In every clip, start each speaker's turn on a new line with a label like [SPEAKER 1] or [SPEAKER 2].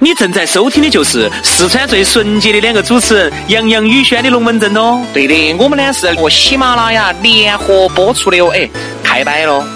[SPEAKER 1] 你正在收听的就是四川最纯洁的两个主持人杨洋、宇轩的龙门阵哦。
[SPEAKER 2] 对的，我们呢是和喜马拉雅联合播出的哦，哎，太摆了。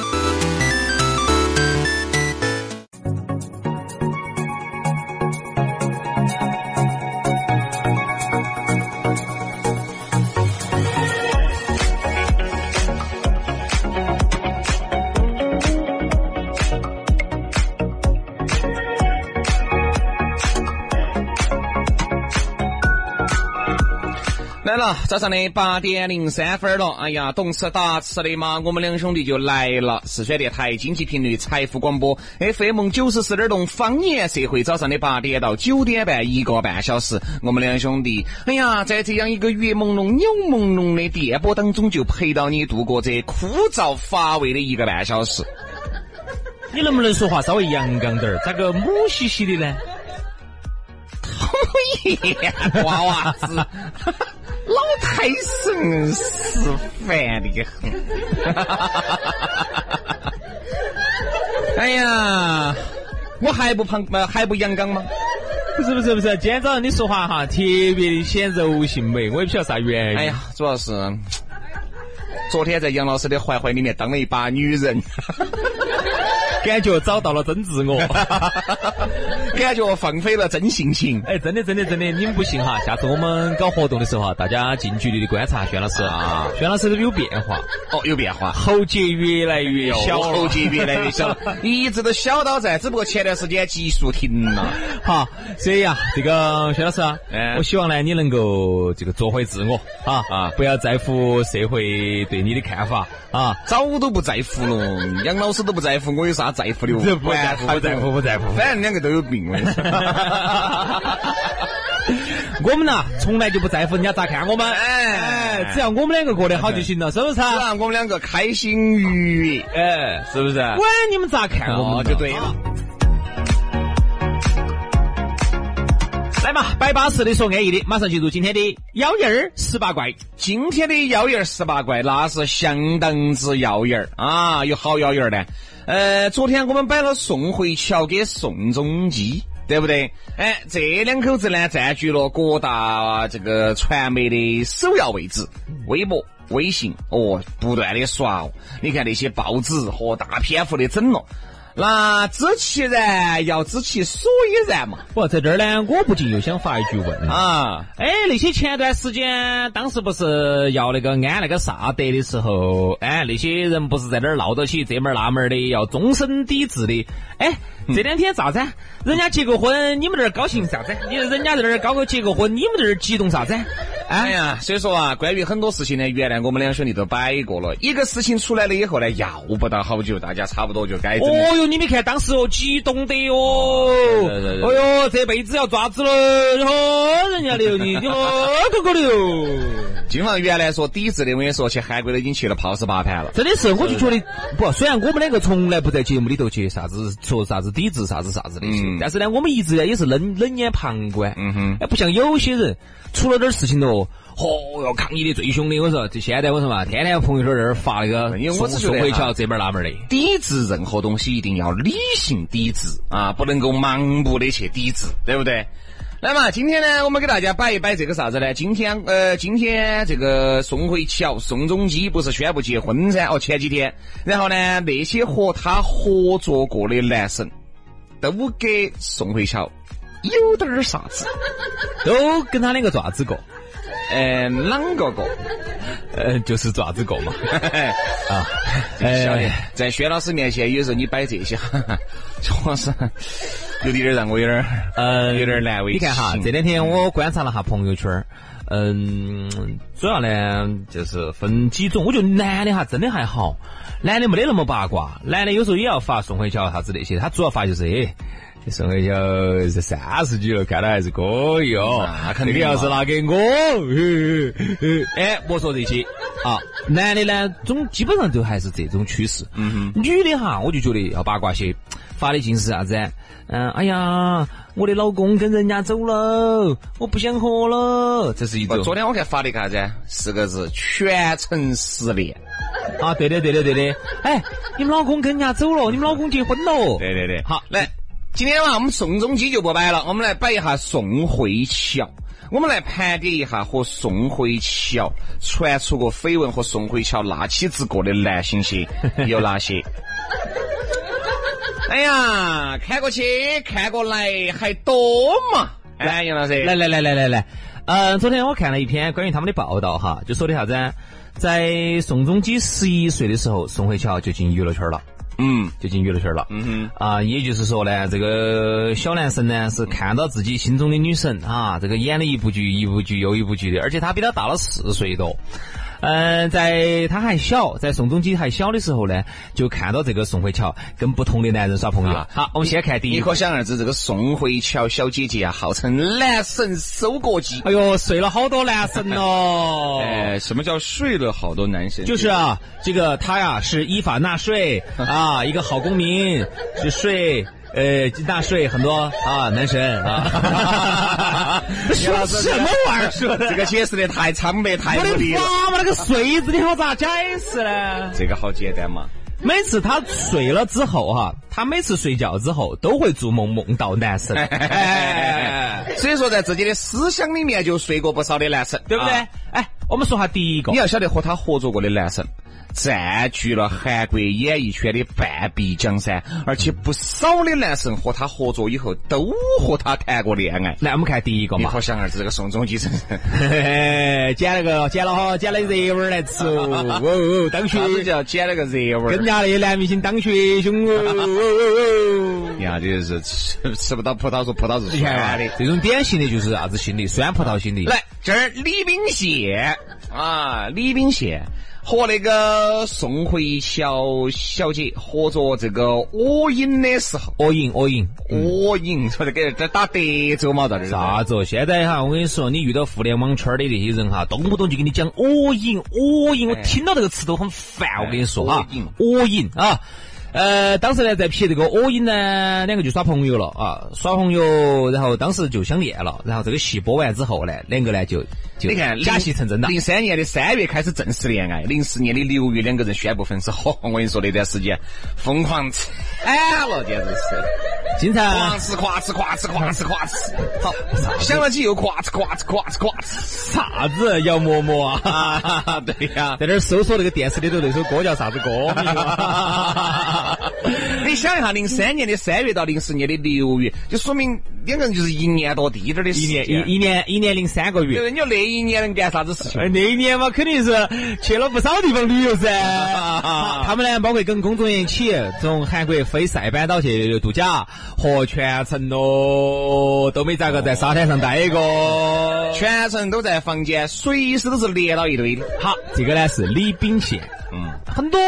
[SPEAKER 2] 来了，早上的八点零三分了。哎呀，懂吃打吃的嘛，我们两兄弟就来了。四川电台经济频率财富广播 FM 九十四点六，方言社会。早上的八点到九点半，一个半小时，我们两兄弟，哎呀，在这样一个月朦胧、鸟朦胧的电波当中，就陪到你度过这枯燥乏味的一个半小时。
[SPEAKER 3] 你能不能说话稍微阳刚点儿？咋个母兮兮的呢？
[SPEAKER 2] 娃娃子，老胎神是烦的很。 哎呀，我还不胖，呃还不阳刚吗？
[SPEAKER 3] 不是不是不是，今天早上你说话哈，特别的显柔性美，我也不晓得啥原因。
[SPEAKER 2] 哎呀，主要是昨天在杨老师的怀怀里面当了一把女人，
[SPEAKER 3] 感觉找到了真自我。
[SPEAKER 2] 感觉放飞了真性情。
[SPEAKER 3] 哎，真的真的真的，你们不信哈，下次我们搞活动的时候哈，大家近距离的观察轩老师啊，轩老师都有变化，
[SPEAKER 2] 哦，有变化。
[SPEAKER 3] 喉结越来越小
[SPEAKER 2] 小
[SPEAKER 3] 了
[SPEAKER 2] 喉。结越来越小了，一直都小到在，只不过前段时间激素停了。
[SPEAKER 3] 好，所以呀、这个薛老师啊，
[SPEAKER 2] 嗯
[SPEAKER 3] 我希望呢你能够这个做回自我啊
[SPEAKER 2] 啊
[SPEAKER 3] 不要在乎社会对你的看法啊。
[SPEAKER 2] 早都不在乎了，杨老师都不在乎，我有啥在乎的？
[SPEAKER 3] 这不在乎
[SPEAKER 2] 管
[SPEAKER 3] 不在乎不在乎
[SPEAKER 2] 反正两个都有病。我跟你说
[SPEAKER 3] 我们呐，从来就不在乎人家咋看我们，
[SPEAKER 2] 哎
[SPEAKER 3] 哎，只要我们两个过得好就行了，是不是啊？
[SPEAKER 2] 只要我们两个开心愉悦，
[SPEAKER 3] 哎，
[SPEAKER 2] 是不是？
[SPEAKER 3] 管你们咋看我
[SPEAKER 2] 哦
[SPEAKER 3] 们，
[SPEAKER 2] 就对了。
[SPEAKER 3] 来嘛，摆巴适的说安逸的，马上进入今天的幺燕儿十八怪。
[SPEAKER 2] 今天的妖艳儿十八怪那是相当之妖艳儿啊，有好妖艳儿呢。呃，昨天我们摆了宋慧乔给宋仲基。对不对？哎，这两口子呢，占据了各大这个传媒的首要位置，微博、微信哦，不断的刷哦。你看那些报纸和大篇幅的整了，那知其然，要知其所以然嘛。
[SPEAKER 3] 不，在这儿呢，我不禁又想发一句问啊。
[SPEAKER 2] 啊，
[SPEAKER 3] 哎，那些前段时间，当时不是要那个安那个萨德的时候，哎，那些人不是在那儿闹到起这门儿那门儿的，要终身抵制的。哎，这两天咋子啊？人家结个婚，你们这儿高兴啥子？你人家在那儿搞个结个婚，你们在这儿激动啥子？
[SPEAKER 2] 哎呀，所以说啊，关于很多事情呢，原来我们两兄弟都摆过了。一个事情出来了以后呢，要不到好久，大家差不多就该整了。
[SPEAKER 3] 哦哟，你们看当时哦，激动的哟、
[SPEAKER 2] 对对对
[SPEAKER 3] 哎呦，这辈子要抓子了，哦，人家的哟，你你哦，哥哥的哟，
[SPEAKER 2] 金房原来说抵制的，我跟你说，去韩国都已经去了泡十八盘了。
[SPEAKER 3] 真的是，我就觉得不，虽然我们两个从来不在节目里头去啥子说啥子抵制啥子啥子的去，
[SPEAKER 2] 嗯
[SPEAKER 3] 但是呢，我们一直呢也是冷冷眼旁观，
[SPEAKER 2] 嗯哼，
[SPEAKER 3] 哎，不像有些人出了点事情喽。哦哟，抗议的最凶的，我说这现在我说嘛，天天朋友圈在这儿发那个
[SPEAKER 2] 因为我
[SPEAKER 3] 宋
[SPEAKER 2] 只觉得
[SPEAKER 3] 宋慧
[SPEAKER 2] 哈
[SPEAKER 3] 乔这边儿那边儿的，
[SPEAKER 2] 抵制任何东西一定要理性抵制啊，不能够盲目的去抵制，对不对？那么今天呢，我们给大家摆一摆这个啥子呢？今天呃，今天这个宋慧乔、宋仲基不是宣布结婚噻？哦，前几天，然后呢，那些和他合作过的男生都给宋慧乔有点儿啥子，
[SPEAKER 3] 都跟他两个爪子过，
[SPEAKER 2] 嗯、呃，啷个个？
[SPEAKER 3] 呃，就是爪子过嘛，啊，
[SPEAKER 2] 晓
[SPEAKER 3] 哎
[SPEAKER 2] 得，，在薛老师面前，有时候你摆这些， 哈哈，确实有点儿让我有点儿
[SPEAKER 3] 呃，
[SPEAKER 2] 有点难为
[SPEAKER 3] 你看哈
[SPEAKER 2] 情，
[SPEAKER 3] 这两天我观察了下朋友圈儿，嗯，主要呢就是分几种。我觉得男的哈真的还好，男的没得那么八卦，男的有时候也要发宋慧乔啊啥子那些，他主要发就是哎。这宋慧乔这三十几了，看来还是可以哦。
[SPEAKER 2] 那肯定
[SPEAKER 3] 这个要是拿给我，嘿嘿嘿哎，莫说这些啊。男的呢，总基本上都还是这种趋势。
[SPEAKER 2] 嗯
[SPEAKER 3] 女的哈，我就觉得要八卦些，发的尽是啥子？嗯、哎呀，我的老公跟人家走了，我不想活了，这是一种
[SPEAKER 2] 哼，。昨天我看发了一个啥子？四个字：全程失恋。
[SPEAKER 3] 啊，对的，对的，对的。哎，你们老公跟人家走了，你们老公结婚了。
[SPEAKER 2] 对对对，
[SPEAKER 3] 好
[SPEAKER 2] 来，今天啊嘛，我们宋仲基就不摆了，我们来摆一下宋慧乔。我们来盘点一下和宋慧乔传出过绯闻和宋慧乔拉起直过的男星 些有哪些？哎呀，看过去看过来还多嘛！哎，杨老师，
[SPEAKER 3] 来来来来来来，呃，昨天我看了一篇关于他们的报道哈，就说的啥子呢？在宋仲基十一岁的时候，宋慧乔就进娱乐圈了。
[SPEAKER 2] 嗯
[SPEAKER 3] 就进娱乐圈了。嗯哼，啊，也就是说呢，这个小男生呢是看到自己心中的女神啊，这个演了一部剧、一部剧又一部剧的，而且他比他大了四岁多。嗯，在他还小，在宋仲基还小的时候呢，就看到这个宋慧乔跟不同的男人耍朋友。
[SPEAKER 2] 啊
[SPEAKER 3] 好，我们先看第一
[SPEAKER 2] 你
[SPEAKER 3] 个
[SPEAKER 2] 可。想而知，这个宋慧乔小姐姐啊，号称男神收割机。
[SPEAKER 3] 哎呦，睡了好多男神哦。
[SPEAKER 2] 哎，什么叫睡了好多男神？
[SPEAKER 3] 就是啊，这个他呀是依法纳税啊，一个好公民是税。呃，纳税很多啊，男神啊， 说什么 玩意儿 说的？
[SPEAKER 2] 这个解释的太苍白，太
[SPEAKER 3] 我
[SPEAKER 2] 无理
[SPEAKER 3] 的
[SPEAKER 2] 了。
[SPEAKER 3] 妈妈那个睡字，你好咋解释呢？
[SPEAKER 2] 这个好简单 嘛。
[SPEAKER 3] 每次他睡了之后哈、他每次睡觉之后都会做梦，梦到男神，哎
[SPEAKER 2] 所以说，在自己的思想里面就睡过不少的男神，
[SPEAKER 3] 对不对
[SPEAKER 2] 啊？
[SPEAKER 3] 哎，我们说下第一个
[SPEAKER 2] 你，要晓得和他合作过的男神，占据了韩国演艺圈的半壁江山，而且不少的男神和他合作以后都和他谈过恋爱。
[SPEAKER 3] 来我们看第一个
[SPEAKER 2] 你
[SPEAKER 3] 嘛
[SPEAKER 2] 可，想而知，这个宋仲基真是，
[SPEAKER 3] 捡了个捡了哈，捡了热碗来 吃哦，哦，当
[SPEAKER 2] 他是叫捡了个热
[SPEAKER 3] 跟
[SPEAKER 2] 味
[SPEAKER 3] 人
[SPEAKER 2] 儿。
[SPEAKER 3] 家那些男明星当学兄哦哦 哦哦。
[SPEAKER 2] 你看，这就是吃吃不到葡萄说葡萄是
[SPEAKER 3] 你看
[SPEAKER 2] 酸
[SPEAKER 3] 嘛
[SPEAKER 2] 的。，
[SPEAKER 3] 这种典型的就是啥子心理，酸葡萄心理。
[SPEAKER 2] 来，这儿李秉宪啊，李秉宪和那个宋慧乔小姐合作这个我影的时候，
[SPEAKER 3] all in all in。
[SPEAKER 2] 我影说的给人在打德州嘛，到这儿
[SPEAKER 3] 啥子哦？现在哈，我跟你说，你遇到互联网圈的那些人哈，动不动就跟你讲 all in all in，我听到这个词都很烦。我跟你说哈
[SPEAKER 2] all in
[SPEAKER 3] 哎，all in 啊，呃，当时呢在撇这个 all in 呢，两个就耍朋友了啊，耍朋友，然后当时就相恋了，然后这个戏播完之后呢，两个呢就就
[SPEAKER 2] 你看，
[SPEAKER 3] 假戏成真了。
[SPEAKER 2] 零三年的三月开始正式恋爱，零四年的六月两个人宣布分手。 嚯，我跟你说那段时间疯狂惨了，简直是，
[SPEAKER 3] 经
[SPEAKER 2] 狂
[SPEAKER 3] 常
[SPEAKER 2] 吃狂吃狂吃狂吃狂吃， 好，想到起又狂吃狂吃狂吃狂吃。
[SPEAKER 3] 啥子姚嬷嬷啊？
[SPEAKER 2] 啊，对呀、
[SPEAKER 3] 在这儿搜索那个电视里头那首歌叫啥 子歌？
[SPEAKER 2] 你想一下，零三年的三月到零四年的六月，就说明两个人就是一年多滴点儿的时
[SPEAKER 3] 一
[SPEAKER 2] 间。
[SPEAKER 3] 年一一年一年零三个
[SPEAKER 2] 对不
[SPEAKER 3] 月。
[SPEAKER 2] 对？你说那一年能干啥子事情？
[SPEAKER 3] 呃那一年嘛，肯定是去了不少地方旅游噻。 他们呢，包括跟工作人员一起从韩国飞塞班岛去度假，和全程咯都没咋个在沙滩上待过。
[SPEAKER 2] 全程都在房间，随时都是连到一堆的。
[SPEAKER 3] 好，这个呢是李秉宪，
[SPEAKER 2] 嗯，
[SPEAKER 3] 很多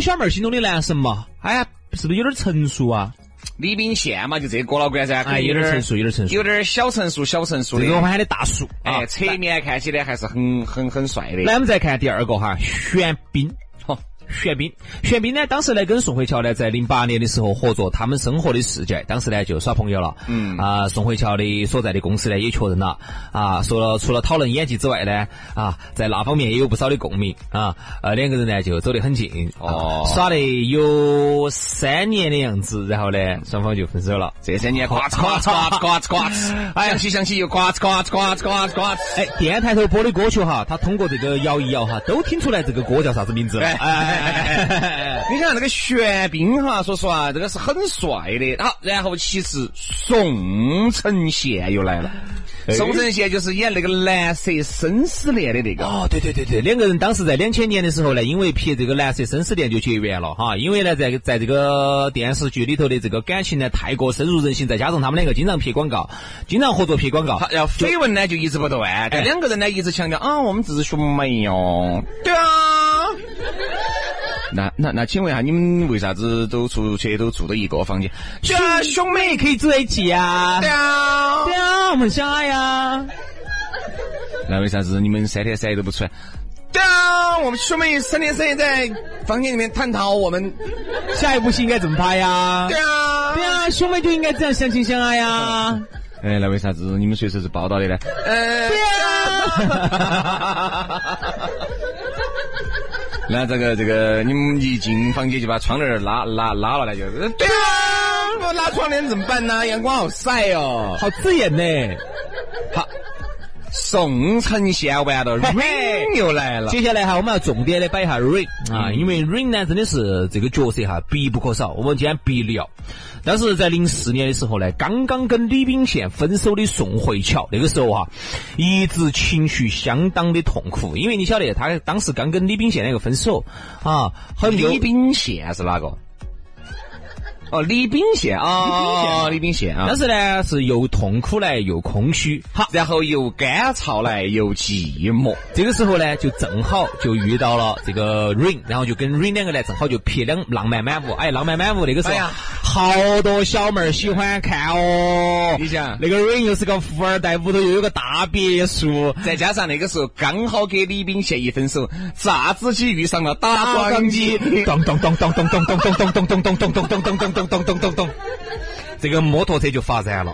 [SPEAKER 3] 小妹儿心中的男神嘛，哎呀，是不是有点成熟啊？
[SPEAKER 2] 李秉宪嘛，就这个郭老倌噻，
[SPEAKER 3] 哎，有点成熟，有点成熟
[SPEAKER 2] 有。点小成熟，小成熟
[SPEAKER 3] 这个我
[SPEAKER 2] 的。
[SPEAKER 3] 们喊的大叔啊
[SPEAKER 2] 哎，。侧面看起来还是很很很帅的。
[SPEAKER 3] 来，我们再看第二个哈，玄彬。
[SPEAKER 2] 好，
[SPEAKER 3] 玄彬，玄彬呢，当时呢跟宋慧乔呢，在零八年的时候合作《他们生活的世界》，当时呢就耍朋友了。嗯啊、宋慧乔的所在的公司呢也确认了啊，说了除了讨论演技之外呢，啊，在那方面也有不少的共鸣啊，呃，两个人呢就走得很近，啊
[SPEAKER 2] 哦
[SPEAKER 3] 耍了有三年的样子，然后呢双方就分手了。
[SPEAKER 2] 这三年呱哧呱哧呱哧呱哧呱 哧，哎，想起想起又呱哧呱哧呱哧呱哧呱哧。
[SPEAKER 3] 哎，电台头播的歌曲哈，他通过这个摇一摇哈，都听出来这个歌叫啥子名字了。
[SPEAKER 2] 哎哎哎哎你想那个玄彬哈，说实话，这个是很帅的。好，然后其实宋承宪又来了。宋承宪就是演那个蓝色生死恋的那个。
[SPEAKER 3] 哦，对对对对，两个人当时在两千年的时候呢，因为拍这个蓝色生死恋就结缘了哈，因为呢，在在这个电视剧里头的这个感情呢太过深入人心，再加上他们两个经常拍广告，经常合作拍广告，哎
[SPEAKER 2] 好，然后绯闻呢就一直不断，但两个人呢一直强调啊，我们只是兄妹哟。对啊。 那那那，请问一下，你们为啥子都出去都住到一个房间？对啊，兄妹。
[SPEAKER 3] 哎妹可以住在一起啊
[SPEAKER 2] 对，啊。
[SPEAKER 3] 对啊，我们相爱啊呀。
[SPEAKER 2] 那为啥子你们三天三夜都不出来？对啊，我们兄妹三天三夜在房间里面探讨我们。
[SPEAKER 3] 下一部戏应该怎么拍呀？
[SPEAKER 2] 对啊，
[SPEAKER 3] 对。啊，兄妹就应该这样相亲相爱啊呀。
[SPEAKER 2] 哎，那为啥子你们随时是报道的呢？呃，对啊。那这个这个，你们一进房间就把窗帘儿拉拉拉了，那就对啊。不拉窗帘怎么办呢？阳光好晒哦。
[SPEAKER 3] 好刺眼呢。
[SPEAKER 2] 宋城县完 了
[SPEAKER 3] 嘿
[SPEAKER 2] ，rain 啊又来了。
[SPEAKER 3] 接下来哈，我们要重点的摆一下 rain 啊，因为 rain 呢真的是这个角色哈必不可少，我们今天必聊。但是在零四年的时候呢，刚刚跟李秉宪分手的宋慧乔，那个时候哈、一直情绪相当的痛苦，因为你晓得他当时刚跟李秉宪两个分手啊，很
[SPEAKER 2] 李
[SPEAKER 3] 牛
[SPEAKER 2] 秉宪是哪个？哦，李秉宪啊，李秉宪啊
[SPEAKER 3] 但。是呢是又痛苦来又空虚，好，
[SPEAKER 2] 然后又干燥来又寂寞，
[SPEAKER 3] 这个时候呢，就正好就遇到了这个 Rain，然后就跟 Rain 两个呢，正好就拍两浪漫满屋。哎，浪漫满屋那个时候，
[SPEAKER 2] 哎呀
[SPEAKER 3] 好多小妹儿喜欢看哦。
[SPEAKER 2] 你想
[SPEAKER 3] 那个 Rain 又是个富二代，屋头又有个大别墅。
[SPEAKER 2] 再加上那个时候刚好给李秉宪一分手，榨汁机遇上了打
[SPEAKER 3] 钢
[SPEAKER 2] 桩机，
[SPEAKER 3] 咚咚咚咚咚咚咚咚咚咚咚咚咚咚咚咚咚咚咚咚咚咚，这个摩托车就发燃了。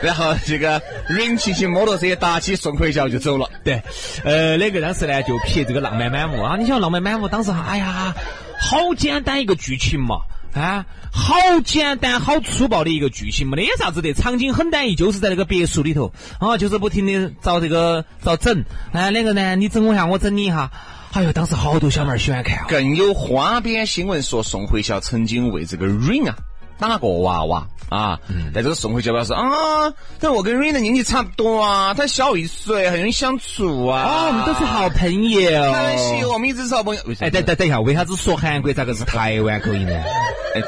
[SPEAKER 2] 然后这个人骑骑摩托车打起宋慧乔就走了。
[SPEAKER 3] 对，呃，那个当时呢就拍这个《浪漫满屋》啊，你想《浪漫满屋》当时，哎呀，好简单一个剧情嘛。啊，好简单，好粗暴的一个剧情，没得啥子的，场景很单一，就是在那个别墅里头，啊，就是不停的找这个找整，哎、那个呢，你整我一下，我整你一下，哎呦，当时好多小妹儿喜欢看啊，
[SPEAKER 2] 更有花边新闻说，宋慧乔曾经为这个 Rain 啊打过娃娃啊。
[SPEAKER 3] 嗯
[SPEAKER 2] 但这个宋慧乔表示啊，但我跟 Rain 的年纪差不多啊，他小一岁，很容易相处啊。
[SPEAKER 3] 啊，我们都是好朋友。
[SPEAKER 2] 可惜我们一直是好朋友。
[SPEAKER 3] 哎，等等等一下，为啥子说韩国咋个是台湾口音呢？
[SPEAKER 2] 哎，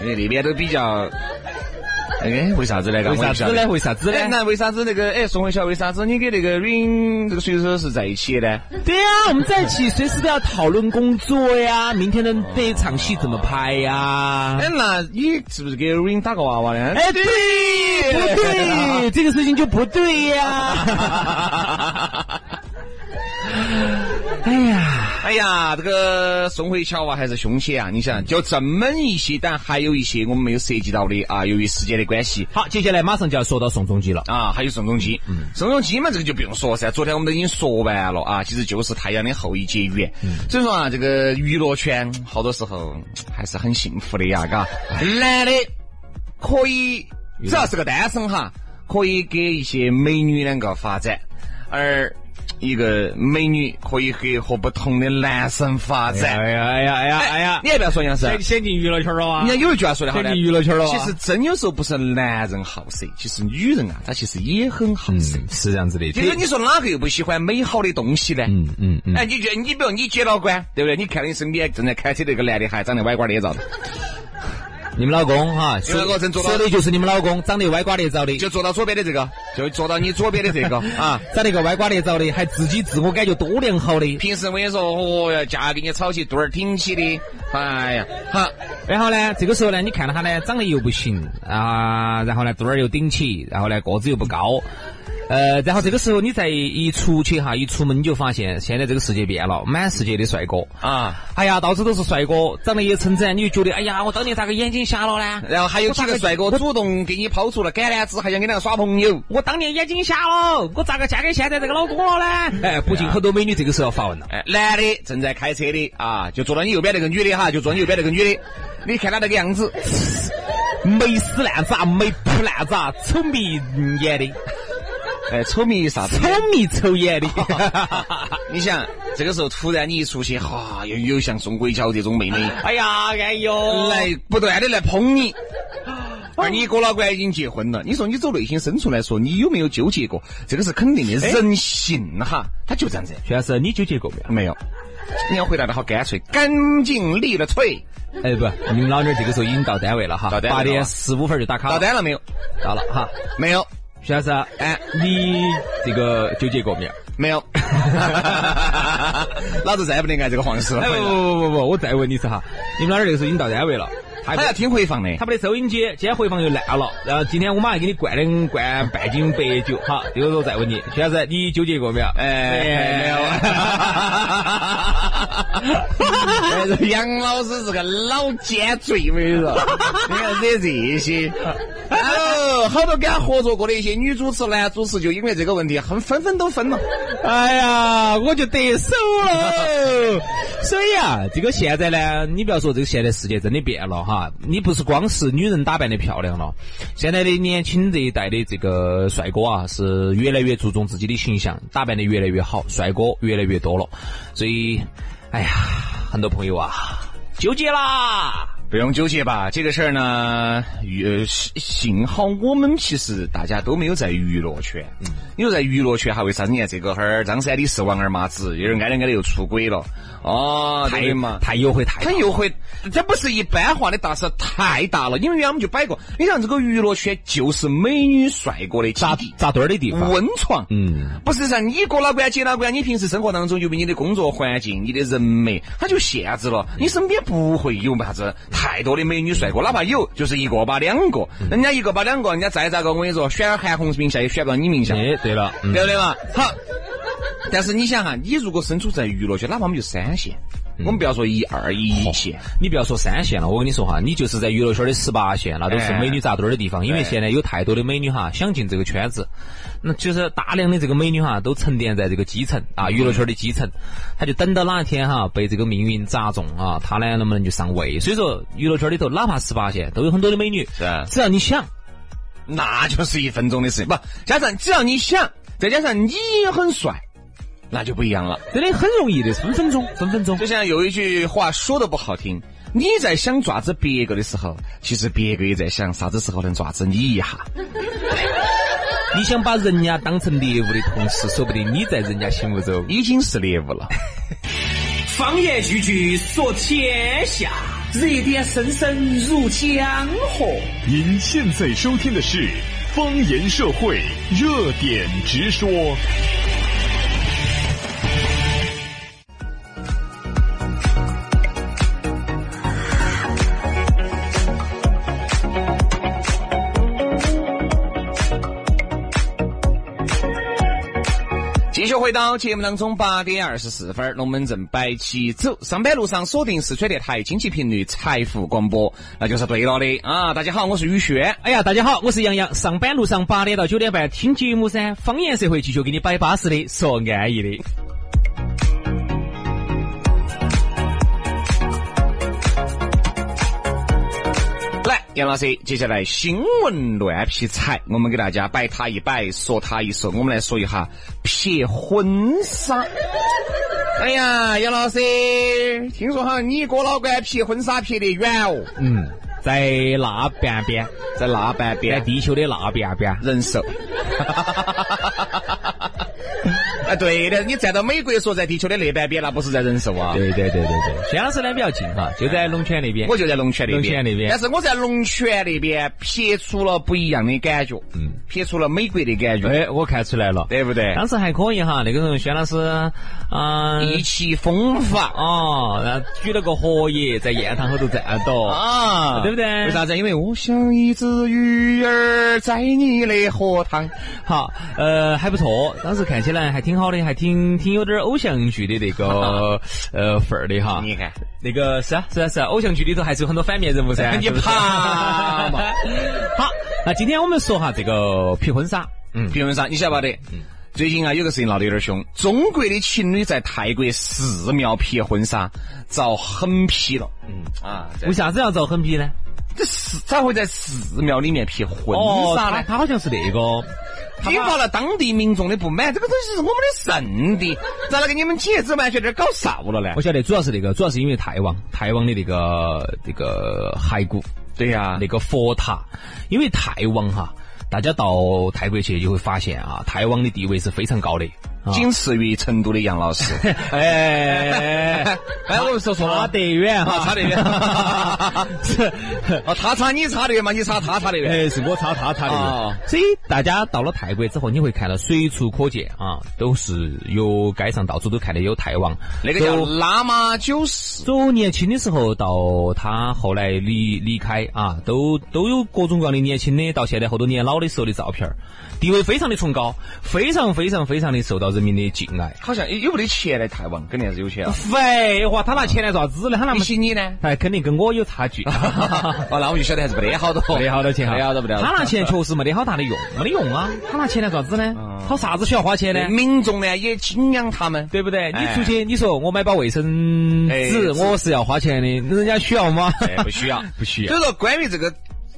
[SPEAKER 2] 这那边都比较，哎，为啥子来？
[SPEAKER 3] 为啥子呢？？为啥子
[SPEAKER 2] 哎，
[SPEAKER 3] 呢？
[SPEAKER 2] 那为啥子那个哎，宋慧乔为啥子你跟那个 Rain 这个水手是在一起 呢？
[SPEAKER 3] 对呀、我们在一起随时都要讨论工作呀，明天的那一场戏怎么拍呀？
[SPEAKER 2] 哎，那你是不是给 Rain 打过娃娃呢？
[SPEAKER 3] 哎，对，不 对？这个事情就不对 呀。哎呀，
[SPEAKER 2] 哎呀，这个宋慧乔啊，还是凶险啊！你想，就这么一些，但还有一些我们没有涉及到的啊。由于时间的关系
[SPEAKER 3] 好，接下来马上就要说到宋仲基了。
[SPEAKER 2] 啊，还有宋仲基，
[SPEAKER 3] 嗯
[SPEAKER 2] 宋仲基嘛，这个就不用说噻。昨天我们都已经说完了啊，其实就是《太阳的后裔》结缘。
[SPEAKER 3] 嗯
[SPEAKER 2] 所以说啊，这个娱乐圈好多时候还是很幸福的呀，嘎。
[SPEAKER 3] 哎
[SPEAKER 2] 男的可以，只要是个单身哈，可以给一些美女两个发展，而。一个美女可以给和不同的男生发展，
[SPEAKER 3] 呀哎呀哎呀哎呀！
[SPEAKER 2] 你还不要说杨生，
[SPEAKER 3] 先进娱乐圈了啊
[SPEAKER 2] 人家有一句话说得好呢，
[SPEAKER 3] 这你娱乐圈了啊
[SPEAKER 2] 其实真有时候不是男人好色，其实女人啊，她其实也很好色。
[SPEAKER 3] 嗯，是这样子的。
[SPEAKER 2] 其实你说哪个又不喜欢美好的东西呢？
[SPEAKER 3] 嗯嗯嗯，
[SPEAKER 2] 哎，你觉得你比如你姐老倌，对不对？你看你身边正在开车那个男的，还长得歪瓜裂枣的，
[SPEAKER 3] 啊你们老公哈，
[SPEAKER 2] 你们老公真做到
[SPEAKER 3] 说的就是你们老公，长得歪瓜裂枣的，
[SPEAKER 2] 就坐到左边的这个，就坐到你左边的这个啊。
[SPEAKER 3] 长得个歪瓜裂枣的，还自己自我感觉多良好的。
[SPEAKER 2] 平时我跟你说，哦哟，架给你吵起，肚儿挺起的，哎呀，哈，
[SPEAKER 3] 然后呢，这个时候呢，你看到他呢，长得又不行啊，然后呢，肚儿又顶起，然后呢，个子又不高，呃，然后这个时候你再一出去哈，一出门你就发现现在这个世界变了，满世界的帅哥
[SPEAKER 2] 啊。
[SPEAKER 3] 哎呀，到处都是帅哥，长得也称赞，你就觉得，哎呀，我当年咋个眼睛瞎了呢？
[SPEAKER 2] 然后还有几个帅哥
[SPEAKER 3] 我
[SPEAKER 2] 主动给你抛出了橄榄枝，还想跟两个耍朋友。
[SPEAKER 3] 我当年眼睛瞎了，我咋个嫁给现在这个老公了呢？哎，不仅很多美女这个时候要发问了。
[SPEAKER 2] 哎，男的正在开车的啊，就坐到你右边那个女的哈，就坐你右边那个女的，你看她那个样子，
[SPEAKER 3] 美死烂子啊，美扑烂子啊，丑迷眼的，
[SPEAKER 2] 哎，丑迷啥子
[SPEAKER 3] 丑？迷丑眼的。
[SPEAKER 2] 你想，这个时候突然你一出去，哈，又有像宋慧乔这种 妹妹
[SPEAKER 3] 哎呀，哎呦，
[SPEAKER 2] 来不断的来捧你，
[SPEAKER 3] 哦
[SPEAKER 2] 而你哥老倌已经结婚了，你说你走内心深处来说，你有没有纠结过？这个是肯定的，人性哈，他就这样子。
[SPEAKER 3] 徐老师，你纠结过没有？
[SPEAKER 2] 没有，你要回答的好干脆，干净利了脆。
[SPEAKER 3] 哎，不，你们老娘这个时候已经到单位了哈，
[SPEAKER 2] 到单位了
[SPEAKER 3] 八点十五分就打卡了，
[SPEAKER 2] 到单了没有？
[SPEAKER 3] 到了哈。
[SPEAKER 2] 没有，
[SPEAKER 3] 徐老师，哎，你这个纠结过没有？
[SPEAKER 2] 没 有。 老子再也不能爱这个黄师傅
[SPEAKER 3] 哎，不
[SPEAKER 2] 了。
[SPEAKER 3] 不不不不，我再问你一次哈，你们老娘这个时候已经到单位了，还不
[SPEAKER 2] 他要听回放的。
[SPEAKER 3] 他们的收音机，今天回放又烂了，然后今天我马上给你灌两灌半斤白酒，好，这个时候再问你，徐老师，你纠结过没有？
[SPEAKER 2] 哎，没有。哎杨老师是个老奸贼，我跟你说，你要惹这些。有好多跟他合作过的一些女主持、男主持，就因为这个问题，很纷纷都分了。
[SPEAKER 3] 哎呀，我就得手了。所以啊，这个现在呢，你不要说这个现在世界真的变了哈，你不是光是女人打扮的漂亮了，现在的年轻这一代的这个帅哥啊，是越来越注重自己的形象，打扮的越来越好，帅哥越来越多了。所以，哎呀，很多朋友啊，纠结啦。
[SPEAKER 2] 不用纠结吧，这个事儿呢，娱幸幸好我们其实大家都没有在娱乐圈。你说在娱乐圈哈，为啥子你看啊这个哈儿张三李四王二麻子，有人挨着挨着又出轨了？哦，
[SPEAKER 3] 太
[SPEAKER 2] 对嘛，
[SPEAKER 3] 太优惠太
[SPEAKER 2] 他又会，这不是一般化的大事太大了，因为原来我们就摆过，你像这个娱乐圈就是美女帅哥的基
[SPEAKER 3] 扎
[SPEAKER 2] 地。
[SPEAKER 3] 扎堆儿的地方。
[SPEAKER 2] 温床，
[SPEAKER 3] 嗯，
[SPEAKER 2] 不是让你过哪关接哪关，你平时生活当中由于你的工作环境、你的人脉，它就限制
[SPEAKER 3] 嗯
[SPEAKER 2] 了。你身边不会有啥子太多的美女帅哥，哪怕有，就是一个吧两个，
[SPEAKER 3] 嗯
[SPEAKER 2] 人家一个吧两个，人家再咋个，我跟你说，选韩红名下也选不到你名下，
[SPEAKER 3] 哎，对了，嗯
[SPEAKER 2] 对不对嘛？好，但是你想哈，你如果身处在娱乐圈，哪怕我们就三线，我们不要说一二一线，
[SPEAKER 3] 你不要说三线了，我跟你说哈，你就是在娱乐圈的十八线，那都是
[SPEAKER 2] 哎
[SPEAKER 3] 美女扎堆儿的地方。因为
[SPEAKER 2] 对
[SPEAKER 3] 现在有太多的美女哈，想进这个圈子，那就是大量的这个美女哈，都沉淀在这个基层啊，娱乐圈的基层，她就等到哪一天哈被这个命运砸中啊，她呢能不能就上位？所以说，娱乐圈里头哪怕十八线都有很多的美女，
[SPEAKER 2] 是啊
[SPEAKER 3] 只要你想，嗯
[SPEAKER 2] 那就是一分钟的事情。不，加上只要你想，再加上你也很帅，那就不一样了。
[SPEAKER 3] 真的很容易的，分分钟，分分钟
[SPEAKER 2] 就。像有一句话说的不好听，你在想爪子别个的时候，其实别个也在想啥子时候能爪子你一下。
[SPEAKER 3] 你想把人家当成猎物的同时，说不定你在人家心目中
[SPEAKER 2] 已经是猎物了。
[SPEAKER 1] 方言句句说天下，热点声声入江河。
[SPEAKER 4] 您现在收听的是《方言社会》热点直说，
[SPEAKER 2] 继续回到节目当中，八点二十四分，龙门阵摆起走。上班路上锁定四川电台经济频率财富广播，那就是对了的啊！大家好，我是宇轩。
[SPEAKER 3] 哎呀，大家好，我是杨洋。上班路上八点到九点半听节目噻，方言社会继续给你摆巴适的，说安逸的。
[SPEAKER 2] 来，杨老师，接下来新闻乱劈柴，我们给大家摆他一摆，说他一说，我们来说一下撇婚纱。哎呀，杨老师，听说哈你哥老倌撇婚纱撇得远哦，
[SPEAKER 3] 嗯，在那半边，
[SPEAKER 2] 在那半
[SPEAKER 3] 在
[SPEAKER 2] 边
[SPEAKER 3] 地球的那半边。
[SPEAKER 2] 人 寿。啊，对的，你站到美国说在地球的那半边，那不是在人寿啊。
[SPEAKER 3] 对对对对对，薛老师呢比较近哈，就在龙泉那边。
[SPEAKER 2] 我就在龙泉那边，
[SPEAKER 3] 龙泉那边
[SPEAKER 2] 但是我在龙泉那边撇出了不一样的感觉，嗯，撇出了美国的感觉，
[SPEAKER 3] 哎，我看出来了，
[SPEAKER 2] 对不对？
[SPEAKER 3] 当时还可以哈，那个时候薛老师，嗯、
[SPEAKER 2] 意气风发
[SPEAKER 3] 哦，然后举了个荷叶在雁堂后头站到。
[SPEAKER 2] 啊
[SPEAKER 3] 对不对
[SPEAKER 2] 为啥子？因为我像一只鱼儿在你的荷塘。
[SPEAKER 3] 好，呃，还不错，当时看起来还挺好的，还挺挺有点偶像剧的那 个呃范儿的哈。
[SPEAKER 2] 你看，
[SPEAKER 3] 那个是啊是啊是啊，偶像剧里头还是有很多反面人物噻。
[SPEAKER 2] 你
[SPEAKER 3] 是不是
[SPEAKER 2] 怕嘛
[SPEAKER 3] 好，那今天我们说哈这个披婚纱，嗯，
[SPEAKER 2] 评论上你晓不晓得？最近啊，有个事情闹得有点凶。中国的情侣在泰国寺庙披婚纱，遭狠批了。嗯啊，
[SPEAKER 3] 为啥子要遭横批呢？
[SPEAKER 2] 这寺咋会在寺庙里面披婚纱
[SPEAKER 3] 他
[SPEAKER 2] 呢？
[SPEAKER 3] 哦他好像是那个，他
[SPEAKER 2] 引哦发了当地民众的不满，这个东西是我们的圣 地，咋来给你们姐子们去这儿搞笑了呢
[SPEAKER 3] 我？晓得主要是那个，主要是因为泰王泰王的那个那个骸骨，
[SPEAKER 2] 对呀
[SPEAKER 3] 那个佛塔，因为泰王哈，大家到泰国去就会发现啊，泰王的地位是非常高的。啊
[SPEAKER 2] 仅次于成都的杨老师。
[SPEAKER 3] 哎，
[SPEAKER 2] 哎，我们说错
[SPEAKER 3] 啊差
[SPEAKER 2] 了，
[SPEAKER 3] 得远哈，
[SPEAKER 2] 差得远。啊 哦，他差你差得远嘛，你差他差得远。
[SPEAKER 3] 哎，是我抄他他的。
[SPEAKER 2] 哦
[SPEAKER 3] 所以大家到了泰国之后，你会看到随处可见啊，都是有街上到处都看得有泰王。
[SPEAKER 2] 那个叫
[SPEAKER 3] 走
[SPEAKER 2] 喇嘛九世，
[SPEAKER 3] 走年轻的时候到他后来离离开啊，都都有各种各样的年轻的，到现在后头年老的时候的照片儿，地位非常的崇高，非常非常非常的受到到人民的敬爱。
[SPEAKER 2] 好像有没得钱来泰王，肯定还是有钱啊。
[SPEAKER 3] 废话，他拿钱来做啥子呢？他拿
[SPEAKER 2] 比 起你呢？
[SPEAKER 3] 哎，肯定跟我有差距。
[SPEAKER 2] 哦，那我就晓得还是没得好多，
[SPEAKER 3] 没得好多钱哈，
[SPEAKER 2] 没得好多，没得好多。
[SPEAKER 3] 他拿钱确实没得好大的用，没得用啊。他拿钱来做啥子呢？他啥子需要花钱呢？
[SPEAKER 2] 民众呢也敬仰他们，
[SPEAKER 3] 对不对？你
[SPEAKER 2] 哎
[SPEAKER 3] 出去，你说我买包卫生
[SPEAKER 2] 哎是，
[SPEAKER 3] 纸我是要花钱的，人家需要吗？
[SPEAKER 2] 哎不需要，
[SPEAKER 3] 不需要
[SPEAKER 2] 所以说，关于这个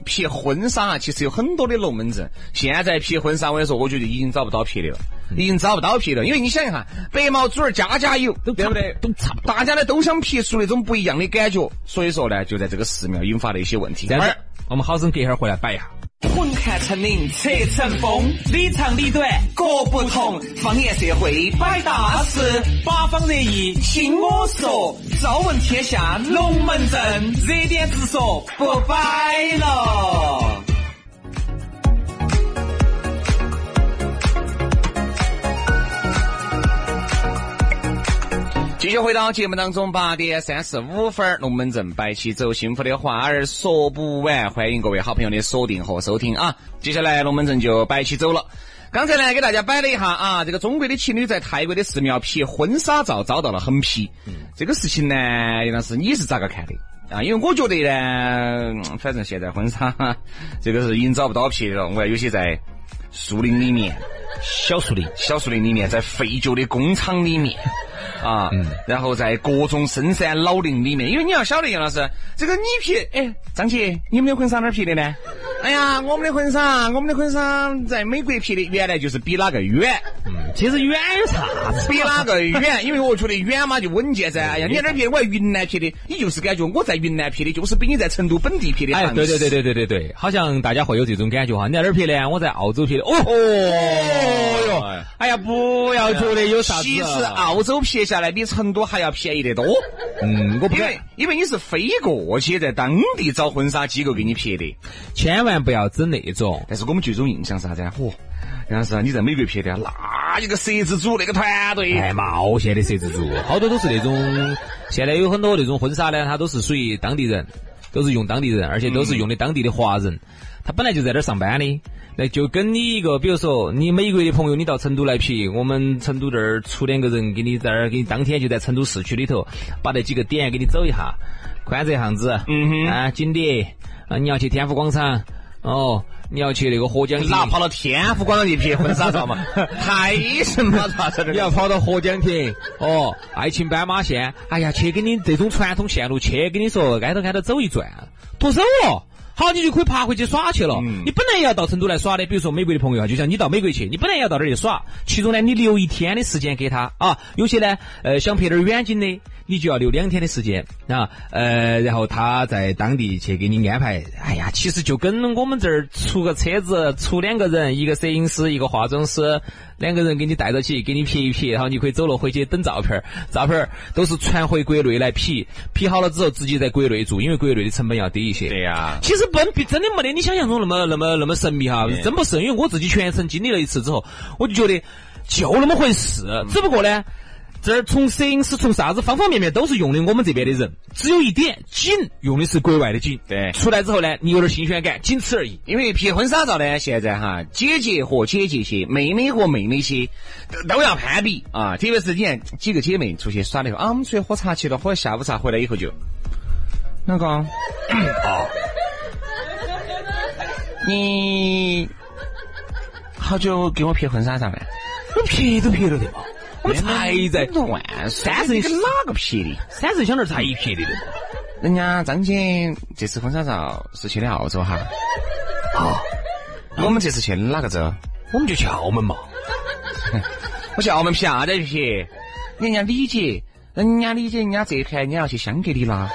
[SPEAKER 2] 撇婚纱啊，其实有很多的龙门阵。现在撇婚纱，我跟你说，我觉得已经找不到撇的了，
[SPEAKER 3] 嗯
[SPEAKER 2] 已经找不到撇的了。因为你想一下，白毛猪儿家家有，对不对？
[SPEAKER 3] 都差不多。
[SPEAKER 2] 大家呢都想撇出那种不一样的感觉，所以说呢，就在这个寺庙引发了一些问题。
[SPEAKER 3] 这样
[SPEAKER 2] 而
[SPEAKER 3] 子，我们好生隔一会儿回来摆一下。
[SPEAKER 1] 混看成岭侧成峰，里长里短各不同。方言社会摆大事，八方热议听我说。朝闻天下龙门阵，热点直说不摆了。
[SPEAKER 2] 继续回到节目当中，八点三十五分，龙门阵摆起走，幸福的话儿说不完。欢迎各位好朋友的锁定和收听啊！接下来龙门阵就摆起走了。刚才呢，给大家摆了一下啊，这个中国的情侣在泰国的寺庙拍婚纱照遭到了狠批。这个事情呢，杨老师你是咋个看的？啊，因为我觉得呢，嗯反正现在婚纱 哈这个是已经找不到皮了，我看有些在树林里面。
[SPEAKER 3] 小树林，
[SPEAKER 2] 小树林里面，在废旧的工厂里 面，啊，
[SPEAKER 3] 嗯
[SPEAKER 2] 然后在各种深山老林里面，因为你要晓得杨老师，这个你皮，哎，张姐，你们的婚纱哪儿皮的呢？哎呀，我们的婚纱，我们的婚纱在美国皮的，原来就是比哪个远，
[SPEAKER 3] 嗯，其实远有啥子？
[SPEAKER 2] 比哪个 远，因为我觉得远嘛就稳健噻。哎呀，你在哪儿皮的？我在云南皮的，你就是感觉我在云南皮的，就是比你在成都本地皮的
[SPEAKER 3] 哎，
[SPEAKER 2] 强
[SPEAKER 3] 对对对对对对对，好像大家会有这种感觉哈。你在哪儿拍呢？我在澳洲拍的。哦哦哟，哎呀，不要觉得有啥子。啊
[SPEAKER 2] 其实，澳洲撇下来比成都还要便宜得多。
[SPEAKER 3] 嗯，我不
[SPEAKER 2] 因
[SPEAKER 3] 敢
[SPEAKER 2] 为，因为你是飞过去，在当地找婚纱机构给你拍的。
[SPEAKER 3] 千万不要整那种。
[SPEAKER 2] 但是我们最终印象是啥子啊？嚯，杨老师啊，你在美国拍的啊，那一个摄制组那个团队，
[SPEAKER 3] 哎，冒险的摄制组，好多都是那种，现在有很多那种婚纱呢，它都是属于当地人，都是用当地人，而且都是用的当地的华人，他本来就在这儿上班的，那就跟你一个，比如说你美国的朋友，你到成都来皮，我们成都这儿出两个人给你在这儿，给你当天就在成都市区里头，把那几个点给你走一下，宽窄巷子，嗯哼，啊，锦里，啊，你要去天府广场，哦，你要去那个合江亭，
[SPEAKER 2] 哪跑到天府广场去拍婚纱照嘛？ 太神了，啥子
[SPEAKER 3] 你要
[SPEAKER 2] 的？
[SPEAKER 3] 跑到合江亭，哦，爱情斑马线，哎呀，去给你这种传统线路去，跟你说，挨着挨着走一转，脱手了。好，你就可以爬回去耍去了。你本来也要到成都来耍的，比如说美国的朋友啊，就像你到美国去，你本来也要到这儿去耍，其中呢，你留一天的时间给他啊。有些呢，呃，想拍点儿远景的，你就要留两天的时间啊。呃，然后他在当地去给你安排。哎呀，其实就跟我们这儿出个车子，出两个人，一个摄影师，一个化妆师，两个人给你带着起，给你 P 一 P，然后你可以走了回去等照片儿，照片儿都是传回国内来 P，P 好了之后自己在国内做，因为国内的成本要低一些。
[SPEAKER 2] 对呀、
[SPEAKER 3] 其实本比真的没得你想象中那么那么那么神秘哈，真不是。因为我自己全程经历了一次之后，我就觉得就那么回事。
[SPEAKER 2] 嗯
[SPEAKER 3] 只不过呢，这儿从摄影师从啥子方方面面都是用的我们这边的人，只有一点景用的是国外的景。
[SPEAKER 2] 对
[SPEAKER 3] 出来之后呢，你有点新鲜感，仅此而已。
[SPEAKER 2] 因为拍婚纱照呢，现在哈，姐姐和姐姐些，妹妹和妹妹些，都都要攀比啊。特别是你看几个姐妹出去耍了以后，啊，我们出去喝茶去了，喝下午茶回来以后就，那个，哦，你好久给我拍婚纱照了？
[SPEAKER 3] 我撇都撇了的嘛，我们才在
[SPEAKER 2] 万岁，
[SPEAKER 3] 三十一
[SPEAKER 2] 你跟哪个拍的？
[SPEAKER 3] 三十小那才一撇的的嘛。
[SPEAKER 2] 人家张姐这次婚纱照是去的澳洲哈。哦，我们这次去哪个州？
[SPEAKER 3] 我们就去澳门嘛，
[SPEAKER 2] 我去澳门拍啥子去？人家李姐，人家李姐，人家这一盘人家要去香格里拉。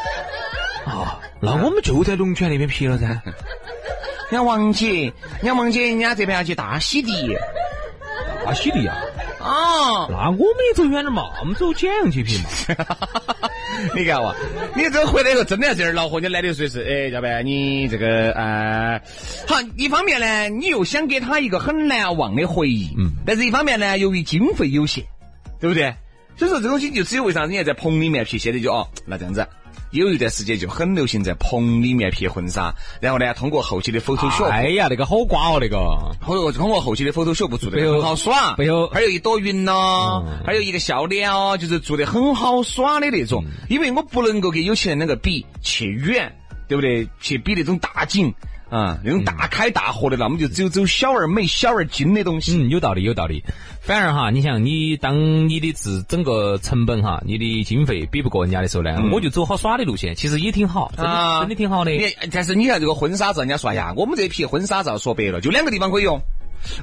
[SPEAKER 3] 啊，那我们就在龙泉那边 撇了噻。
[SPEAKER 2] 人家王姐，人家王姐，人家这盘要去大溪地。
[SPEAKER 3] 巴西利亚，
[SPEAKER 2] 哦，
[SPEAKER 3] 那我们也走远点嘛，我们走简阳去撇嘛。
[SPEAKER 2] 你看哇，你这回来以后真的是有点恼火，你来的随是，哎，要不然你这个呃，好，一方面呢，你又想给他一个很难忘的回忆，嗯，但是一方面呢，由于经费有限，对不对？所以说这东西就只有为啥人家在棚里面撇，现在就哦，那这样子。有一段时间就很流行在棚里面撇婚纱，然后呢，通过后期的 Photoshop，、
[SPEAKER 3] 哎呀，那个好瓜哦，那个
[SPEAKER 2] 后头通过后期的 Photoshop 做的很好耍，
[SPEAKER 3] 背后
[SPEAKER 2] 还有一朵云咯，还有一个笑脸哦，就是做的很好耍的那种。因为我不能够跟有钱人那个比，去远，对不对？去比那种大景啊，那种大开大合的，那我们就只有走小而美、小而精的东西。
[SPEAKER 3] 嗯，有道理，有道理。反而哈，你想，你当你的自整个成本哈，你的经费比不过人家的时候呢，我就走好耍的路线，其实也挺好，真的、
[SPEAKER 2] 啊
[SPEAKER 3] 真的挺好的。
[SPEAKER 2] 你但是你看这个婚纱照，人家说哎呀，我们这批婚纱照说白了就两个地方可以用。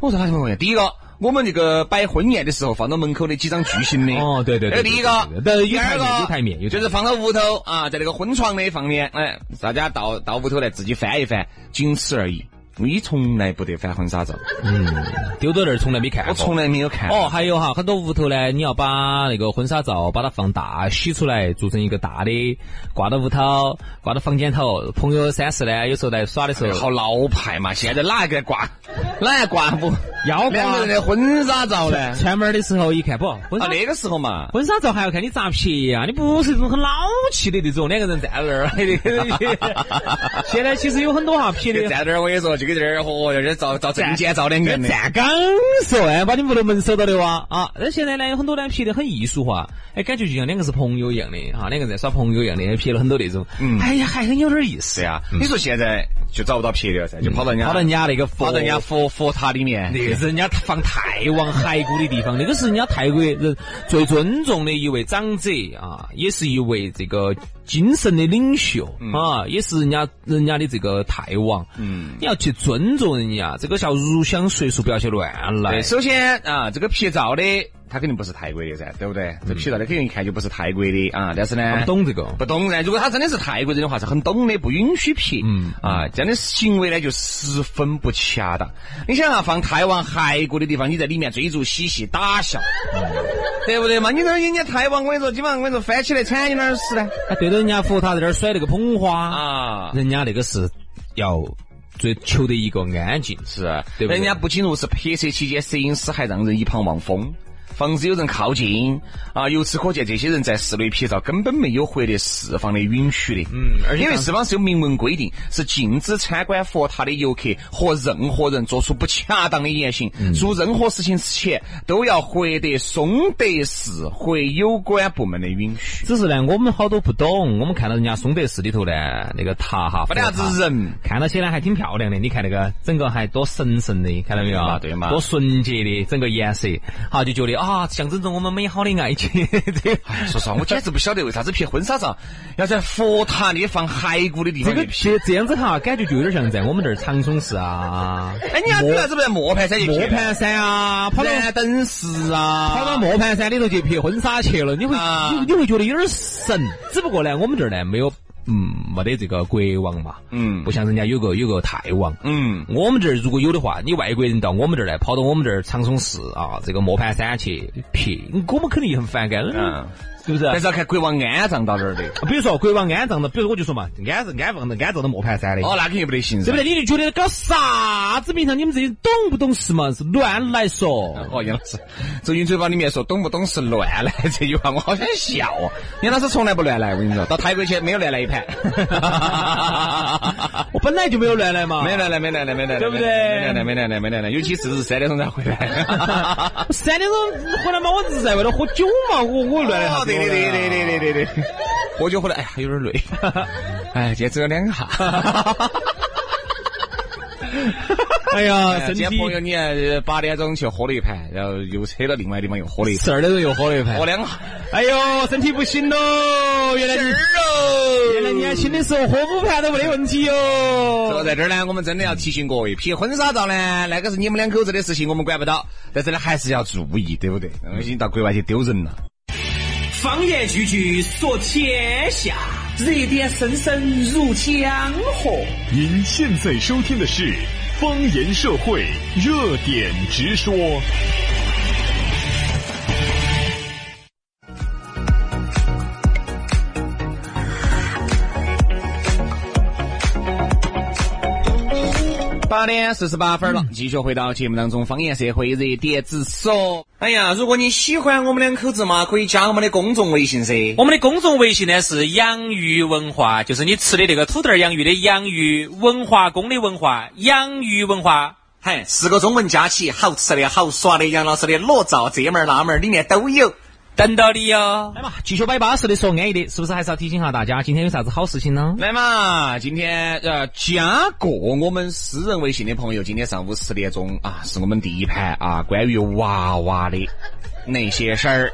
[SPEAKER 2] 我说哪地方可以用？第一个，我们这个摆婚宴的时候放到门口的几张巨型的。
[SPEAKER 3] 哦，对对对，
[SPEAKER 2] 这第一个
[SPEAKER 3] 对，对对
[SPEAKER 2] 第
[SPEAKER 3] 有
[SPEAKER 2] 二
[SPEAKER 3] 台面，有
[SPEAKER 2] 个
[SPEAKER 3] 台面，有台
[SPEAKER 2] 就是放到屋头啊，在那个婚床的旁边，哎，大家到到屋头来自己翻一翻，仅此而已。你从来不得翻婚 纱照，
[SPEAKER 3] 面丢到那儿从来没看过。
[SPEAKER 2] 我从来没有看。
[SPEAKER 3] 哦，，还有哈，很多屋头呢，你要把那个婚纱照把它放大，洗出来做成一个大的，挂到屋头，挂到房间头。朋友三四呢，有时候来耍的时候，
[SPEAKER 2] 好老派嘛！现在哪个挂，哪个
[SPEAKER 3] 哦
[SPEAKER 2] 挂不
[SPEAKER 3] 要
[SPEAKER 2] 两个人的婚纱照呢？啊，
[SPEAKER 3] 串门儿的时候一看，不，婚纱、
[SPEAKER 2] 那个时候嘛，
[SPEAKER 3] 婚纱照还要看你咋撇呀、你不是那种很老气的那种，两个人站在那儿。嘿嘿嘿现在其实有很多哈撇
[SPEAKER 2] 就
[SPEAKER 3] 的。
[SPEAKER 2] 站这儿，我跟你说，就跟这儿，嚯，有点照照证件照两个人的。
[SPEAKER 3] 站岗说，哎，把你屋头门守到的哇啊！那现在呢，有很多呢撇的很艺术化，哎，感觉就像两个是朋友一样的哈，两个在耍朋友一样的，撇了很多那种，
[SPEAKER 2] 嗯
[SPEAKER 3] 哎呀，还很有点意思
[SPEAKER 2] 是。呀，你说现在就找不到撇的了噻，就跑到人家
[SPEAKER 3] 嗯跑到人家那个佛
[SPEAKER 2] 跑到啊人家佛佛塔里面。
[SPEAKER 3] 那个是人家放泰王骸骨的地方，那个是人家泰国人最尊重的一位长者啊，也是一位这个精神的领袖、啊，也是人家人家的这个泰王。
[SPEAKER 2] 嗯，
[SPEAKER 3] 你要去尊重人家，这个叫入乡随俗，不要去乱来
[SPEAKER 2] 对，。首先啊，这个拍照的他肯定不是泰国的噻，对不对？这拍照的肯定一看就不是泰国的啊，但是
[SPEAKER 3] 他
[SPEAKER 2] 呢，
[SPEAKER 3] 不懂这个，
[SPEAKER 2] 不懂噻。如果他真的是泰国人的话，是很懂的，不允许拍。
[SPEAKER 3] 嗯
[SPEAKER 2] 啊，这样的行为呢就十分不恰当。你想啊，放泰王骸骨的地方，你在里面追逐嬉戏打笑，
[SPEAKER 3] 嗯
[SPEAKER 2] 对不对嘛？你这人家泰王，我跟你说，基本上我跟你说翻起来铲你哪儿死呢？
[SPEAKER 3] 哎， 对着人家佛塔在那儿甩那个捧花，
[SPEAKER 2] 啊，
[SPEAKER 3] 人家那个是要追求的一个安静。
[SPEAKER 2] 是，啊
[SPEAKER 3] 对不对
[SPEAKER 2] 人家不仅如此，拍摄期间摄影师还让人一旁望风，防止有人靠近啊。由此可见，这些人在室内拍照根本没有获得四方的允许的。嗯，而且因为四方是有明文规定，是禁止参观佛塔的游客和任何人做出不恰当的言行，
[SPEAKER 3] 嗯
[SPEAKER 2] 做任何事情之前都要获得松德市或有关部门的允许。
[SPEAKER 3] 只是呢，我们好多不懂，我们看到人家松德市里头呢，那个塔哈，
[SPEAKER 2] 没得啥
[SPEAKER 3] 佛塔
[SPEAKER 2] 子人
[SPEAKER 3] 看到起来还挺漂亮的。你看那个整个还多神圣的，看到没有啊？
[SPEAKER 2] 对嘛对嘛
[SPEAKER 3] 多纯洁的整个颜色，好就觉得啊，象征着我们美好的爱 情。这个
[SPEAKER 2] 哎，说实话，我简直不晓得为啥子拍婚纱照要在佛塔那放骸骨的地
[SPEAKER 3] 这
[SPEAKER 2] 方
[SPEAKER 3] 个
[SPEAKER 2] 去拍。
[SPEAKER 3] 这这样子哈，感觉就有点像在我们这儿长春市啊，
[SPEAKER 2] 哎，你看为啥子不在磨盘山去
[SPEAKER 3] 磨
[SPEAKER 2] 拍呢
[SPEAKER 3] 盘山啊，跑到
[SPEAKER 2] 南登寺啊，
[SPEAKER 3] 跑到磨盘山里头去拍婚纱去了，你会、
[SPEAKER 2] 啊
[SPEAKER 3] 你你会觉得有点神。只不过呢，我们这儿呢没有嗯没得这个国王嘛，
[SPEAKER 2] 嗯
[SPEAKER 3] 不像人家有个有个泰王。
[SPEAKER 2] 嗯，
[SPEAKER 3] 我们这儿如果有的话，你外国人到我们这儿来，跑到我们这儿长松市啊，这个磨盘山去撇，我们肯定也很反感，
[SPEAKER 2] 嗯
[SPEAKER 3] 是不是？啊
[SPEAKER 2] 但是要看国王安葬到哪儿的，
[SPEAKER 3] 比如说国王安葬的，比如说我就说嘛，安是安放的，安葬到磨盘山的，
[SPEAKER 2] 哦，那肯定不得行噻，
[SPEAKER 3] 对不对？你就觉得搞啥子名堂？你们这些懂不懂事嘛？是乱来说。
[SPEAKER 2] 哦，杨老师，周云嘴巴里面说懂不懂是乱来 这句话，我好想笑哦。杨老师从来不乱来，我跟你说，到泰国去没有乱来一 盘，
[SPEAKER 3] 我本来就没有乱来嘛，
[SPEAKER 2] 没乱来，没乱来，没乱来，
[SPEAKER 3] 对不对
[SPEAKER 2] 没乱来，没乱来，没乱来，尤其是三点钟才回来。
[SPEAKER 3] 三点钟回来嘛，我只是在外头喝酒嘛，我我乱来啥
[SPEAKER 2] 哦
[SPEAKER 3] 子？
[SPEAKER 2] 对对对对对对对对，喝酒喝的，哎呀，有点累， 哎，今天只有两下。
[SPEAKER 3] 哎呀，身
[SPEAKER 2] 今
[SPEAKER 3] 体
[SPEAKER 2] 天朋友你看呃八点钟去喝了一盘，然后又扯到另外地方又喝了一盘，
[SPEAKER 3] 十二点钟又喝了一盘
[SPEAKER 2] 喝，两下。
[SPEAKER 3] 哎呦，身体不行喽！原来你
[SPEAKER 2] 哦
[SPEAKER 3] 原来年轻的时候喝五盘都没得问题
[SPEAKER 2] 所以
[SPEAKER 3] 哟。
[SPEAKER 2] 在这儿呢，我们真的要提醒各位，拍婚纱照呢，那个是你们两口子的事情，我们管不到，但是呢，还是要注意，对不对？那已经到国外去丢人了。
[SPEAKER 1] 方言句句说天下，热点声声入江河。
[SPEAKER 4] 您现在收听的是方言社会热点直说。
[SPEAKER 2] 八点四十八分了，继续回到节目当中，方言社会热点直说。哎呀，如果你喜欢我们两口子嘛，可以加我们的公众微信噻。
[SPEAKER 3] 我们的公众微信呢是养鱼文化，就是你吃的那个土豆儿洋芋的洋芋，文化宫的文化，养鱼文化。
[SPEAKER 2] 嘿，四个中文加起，好吃的好耍的，杨老师的裸照这门儿那门儿里面都有。
[SPEAKER 3] 等到你哦哟！来嘛，继续摆巴适的说安逸的，是不是还是要提醒下大家，今天有啥子好事情呢？
[SPEAKER 2] 来嘛，今天呃加过我们私人微信的朋友，今天上午十点钟啊，是我们第一盘啊，关于娃娃的那些事儿，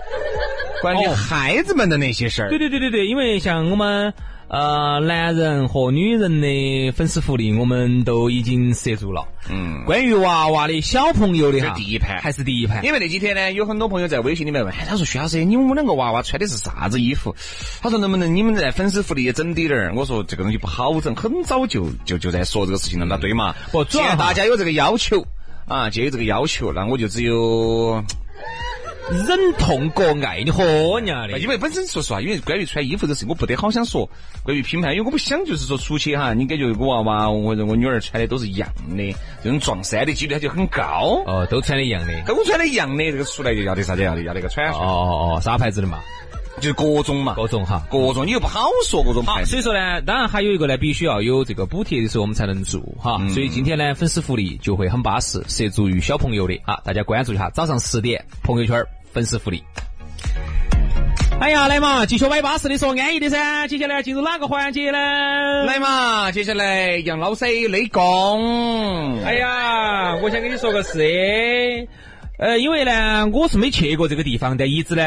[SPEAKER 2] 关于
[SPEAKER 3] 哦
[SPEAKER 2] 孩子们的那些事儿。
[SPEAKER 3] 对对对对对，因为像我们呃男人和女人的粉丝福利，我们都已经涉足了。
[SPEAKER 2] 嗯，
[SPEAKER 3] 关于娃娃的小朋友的哈，
[SPEAKER 2] 这第一盘
[SPEAKER 3] 还是第一盘。
[SPEAKER 2] 因为那几天呢，有很多朋友在微信里面问，哎他说薛老师，你们两个娃娃穿的是啥子衣服？他说能不能你们在粉丝福利也整滴点儿？我说这个东西不好整，很早就就就在说这个事情了，那对嘛？
[SPEAKER 3] 不主
[SPEAKER 2] 既
[SPEAKER 3] 要
[SPEAKER 2] 然
[SPEAKER 3] 哈
[SPEAKER 2] 大家有这个要求啊，就有这个要求，那我就只有。
[SPEAKER 3] 忍痛割爱，你豁人家的。
[SPEAKER 2] 因为本身说实话，因为关于穿衣服这事，我不得好想说。关于品牌，因为我不想就是说出去哈，你感觉我娃娃、我我女儿穿的都是一样的，这种撞衫的几率它就很高。
[SPEAKER 3] 哦，都穿的一样的。
[SPEAKER 2] 都穿的一样的，这个出来就要得啥子？要得要得个穿
[SPEAKER 3] 哦，哦哦，啥牌子的嘛？
[SPEAKER 2] 就是各种嘛，
[SPEAKER 3] 各种哈。
[SPEAKER 2] 各种你又不好说各种
[SPEAKER 3] 好
[SPEAKER 2] 牌，子。
[SPEAKER 3] 所以说呢，当然还有一个呢，必须要有这个补贴的时候，我们才能做哈。所以今天呢，粉丝福利就会很巴适，涉足于小朋友的啊，大家关注一下，早上十点朋友圈儿粉丝福利。哎呀，来嘛，继续摆巴适的说安逸的噻。接下来进入哪个环节呢？
[SPEAKER 2] 来嘛，接下来杨老师内功。
[SPEAKER 3] 哎呀，我想跟你说个事。呃，因为呢，我是没去过这个地方，但一直呢，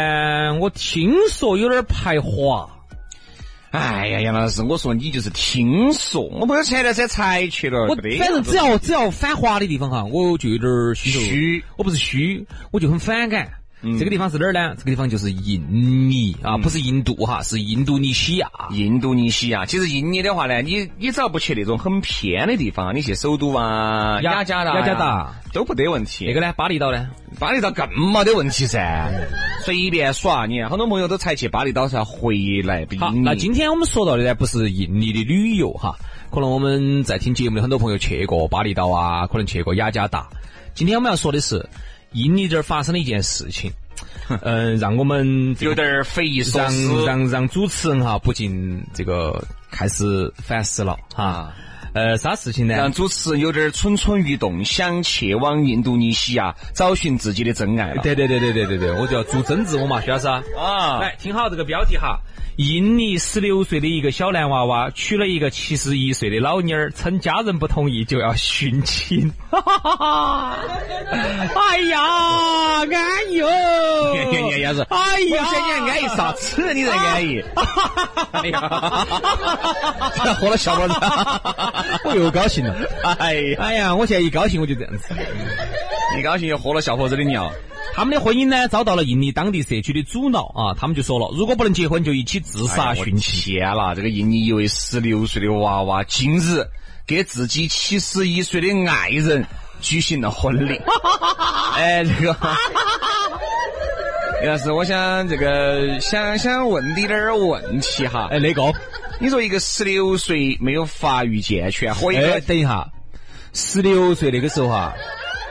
[SPEAKER 3] 我听说有点儿排华。
[SPEAKER 2] 哎呀，杨老师，我说你就是听说，我朋友前段时间才去了，
[SPEAKER 3] 我
[SPEAKER 2] 不得
[SPEAKER 3] 反正只要只要反华的地方哈，我就有点儿虚头
[SPEAKER 2] 虚，嗯
[SPEAKER 3] 我不是虚，我就很反感。这个地方是哪儿呢？这个地方就是印尼啊，不是印度哈，是印度尼西亚。
[SPEAKER 2] 印度尼西亚，其实印尼的话呢，你你只要不去那种很偏的地方，你去首都啊、
[SPEAKER 3] 雅
[SPEAKER 2] 雅加达、
[SPEAKER 3] 雅加达
[SPEAKER 2] 都不得问题。
[SPEAKER 3] 那个呢，巴厘岛呢？
[SPEAKER 2] 巴厘岛更没得问题噻，随便耍。你看，很多朋友都才去巴厘岛才回来，不
[SPEAKER 3] 好，
[SPEAKER 2] 印尼
[SPEAKER 3] 那今天我们说到的呢，不是印尼的旅游哈，可能我们在听节目的很多朋友去过巴厘岛啊，可能去过雅加达。今天我们要说的是印尼这儿发生的一件事情，嗯、让我们这个
[SPEAKER 2] 有点儿匪夷所
[SPEAKER 3] 让
[SPEAKER 2] 思。
[SPEAKER 3] 让让主持人哈不禁这个开始反思了哈。呃，啥事情呢
[SPEAKER 2] 啊让？主持人有点蠢蠢欲动，想前往印度尼西亚找寻自己的真爱了。
[SPEAKER 3] 啊对对对对对对对，我就要做真自我嘛，徐老师啊。
[SPEAKER 2] 啊，
[SPEAKER 3] 来，听好这个标题哈。印尼十六岁的一个小男娃娃娶了一个七十一岁的老妞儿，称家人不同意就要殉情。哈哈哈哈！ 哎呀， 安逸哦！
[SPEAKER 2] 呀呀呀呀是
[SPEAKER 3] 哎
[SPEAKER 2] 我
[SPEAKER 3] 呀，
[SPEAKER 2] 说你安逸啥子？你在安 逸？哎呀，活了小 伙子，
[SPEAKER 3] 我又高兴了。
[SPEAKER 2] 哎呀，
[SPEAKER 3] 哎呀，我现在一高兴我就这样 子。
[SPEAKER 2] 一高兴又喝了小伙子的尿。
[SPEAKER 3] 他们的婚姻呢遭到了印尼当地社区的阻挠啊，他们就说了，如果不能结婚，就一起自杀
[SPEAKER 2] 哎呀我
[SPEAKER 3] 殉情。
[SPEAKER 2] 天啦！这个印尼一位十六岁的娃娃，近日给自己七十一岁的爱人举行了婚 礼。哎，这个。要是我想这个想想问你点儿问题哈，
[SPEAKER 3] 哎，那个，
[SPEAKER 2] 你说一个十六岁没有发育健全和一
[SPEAKER 3] 哎，
[SPEAKER 2] 个
[SPEAKER 3] 等一下，十六岁那个时候啊哈、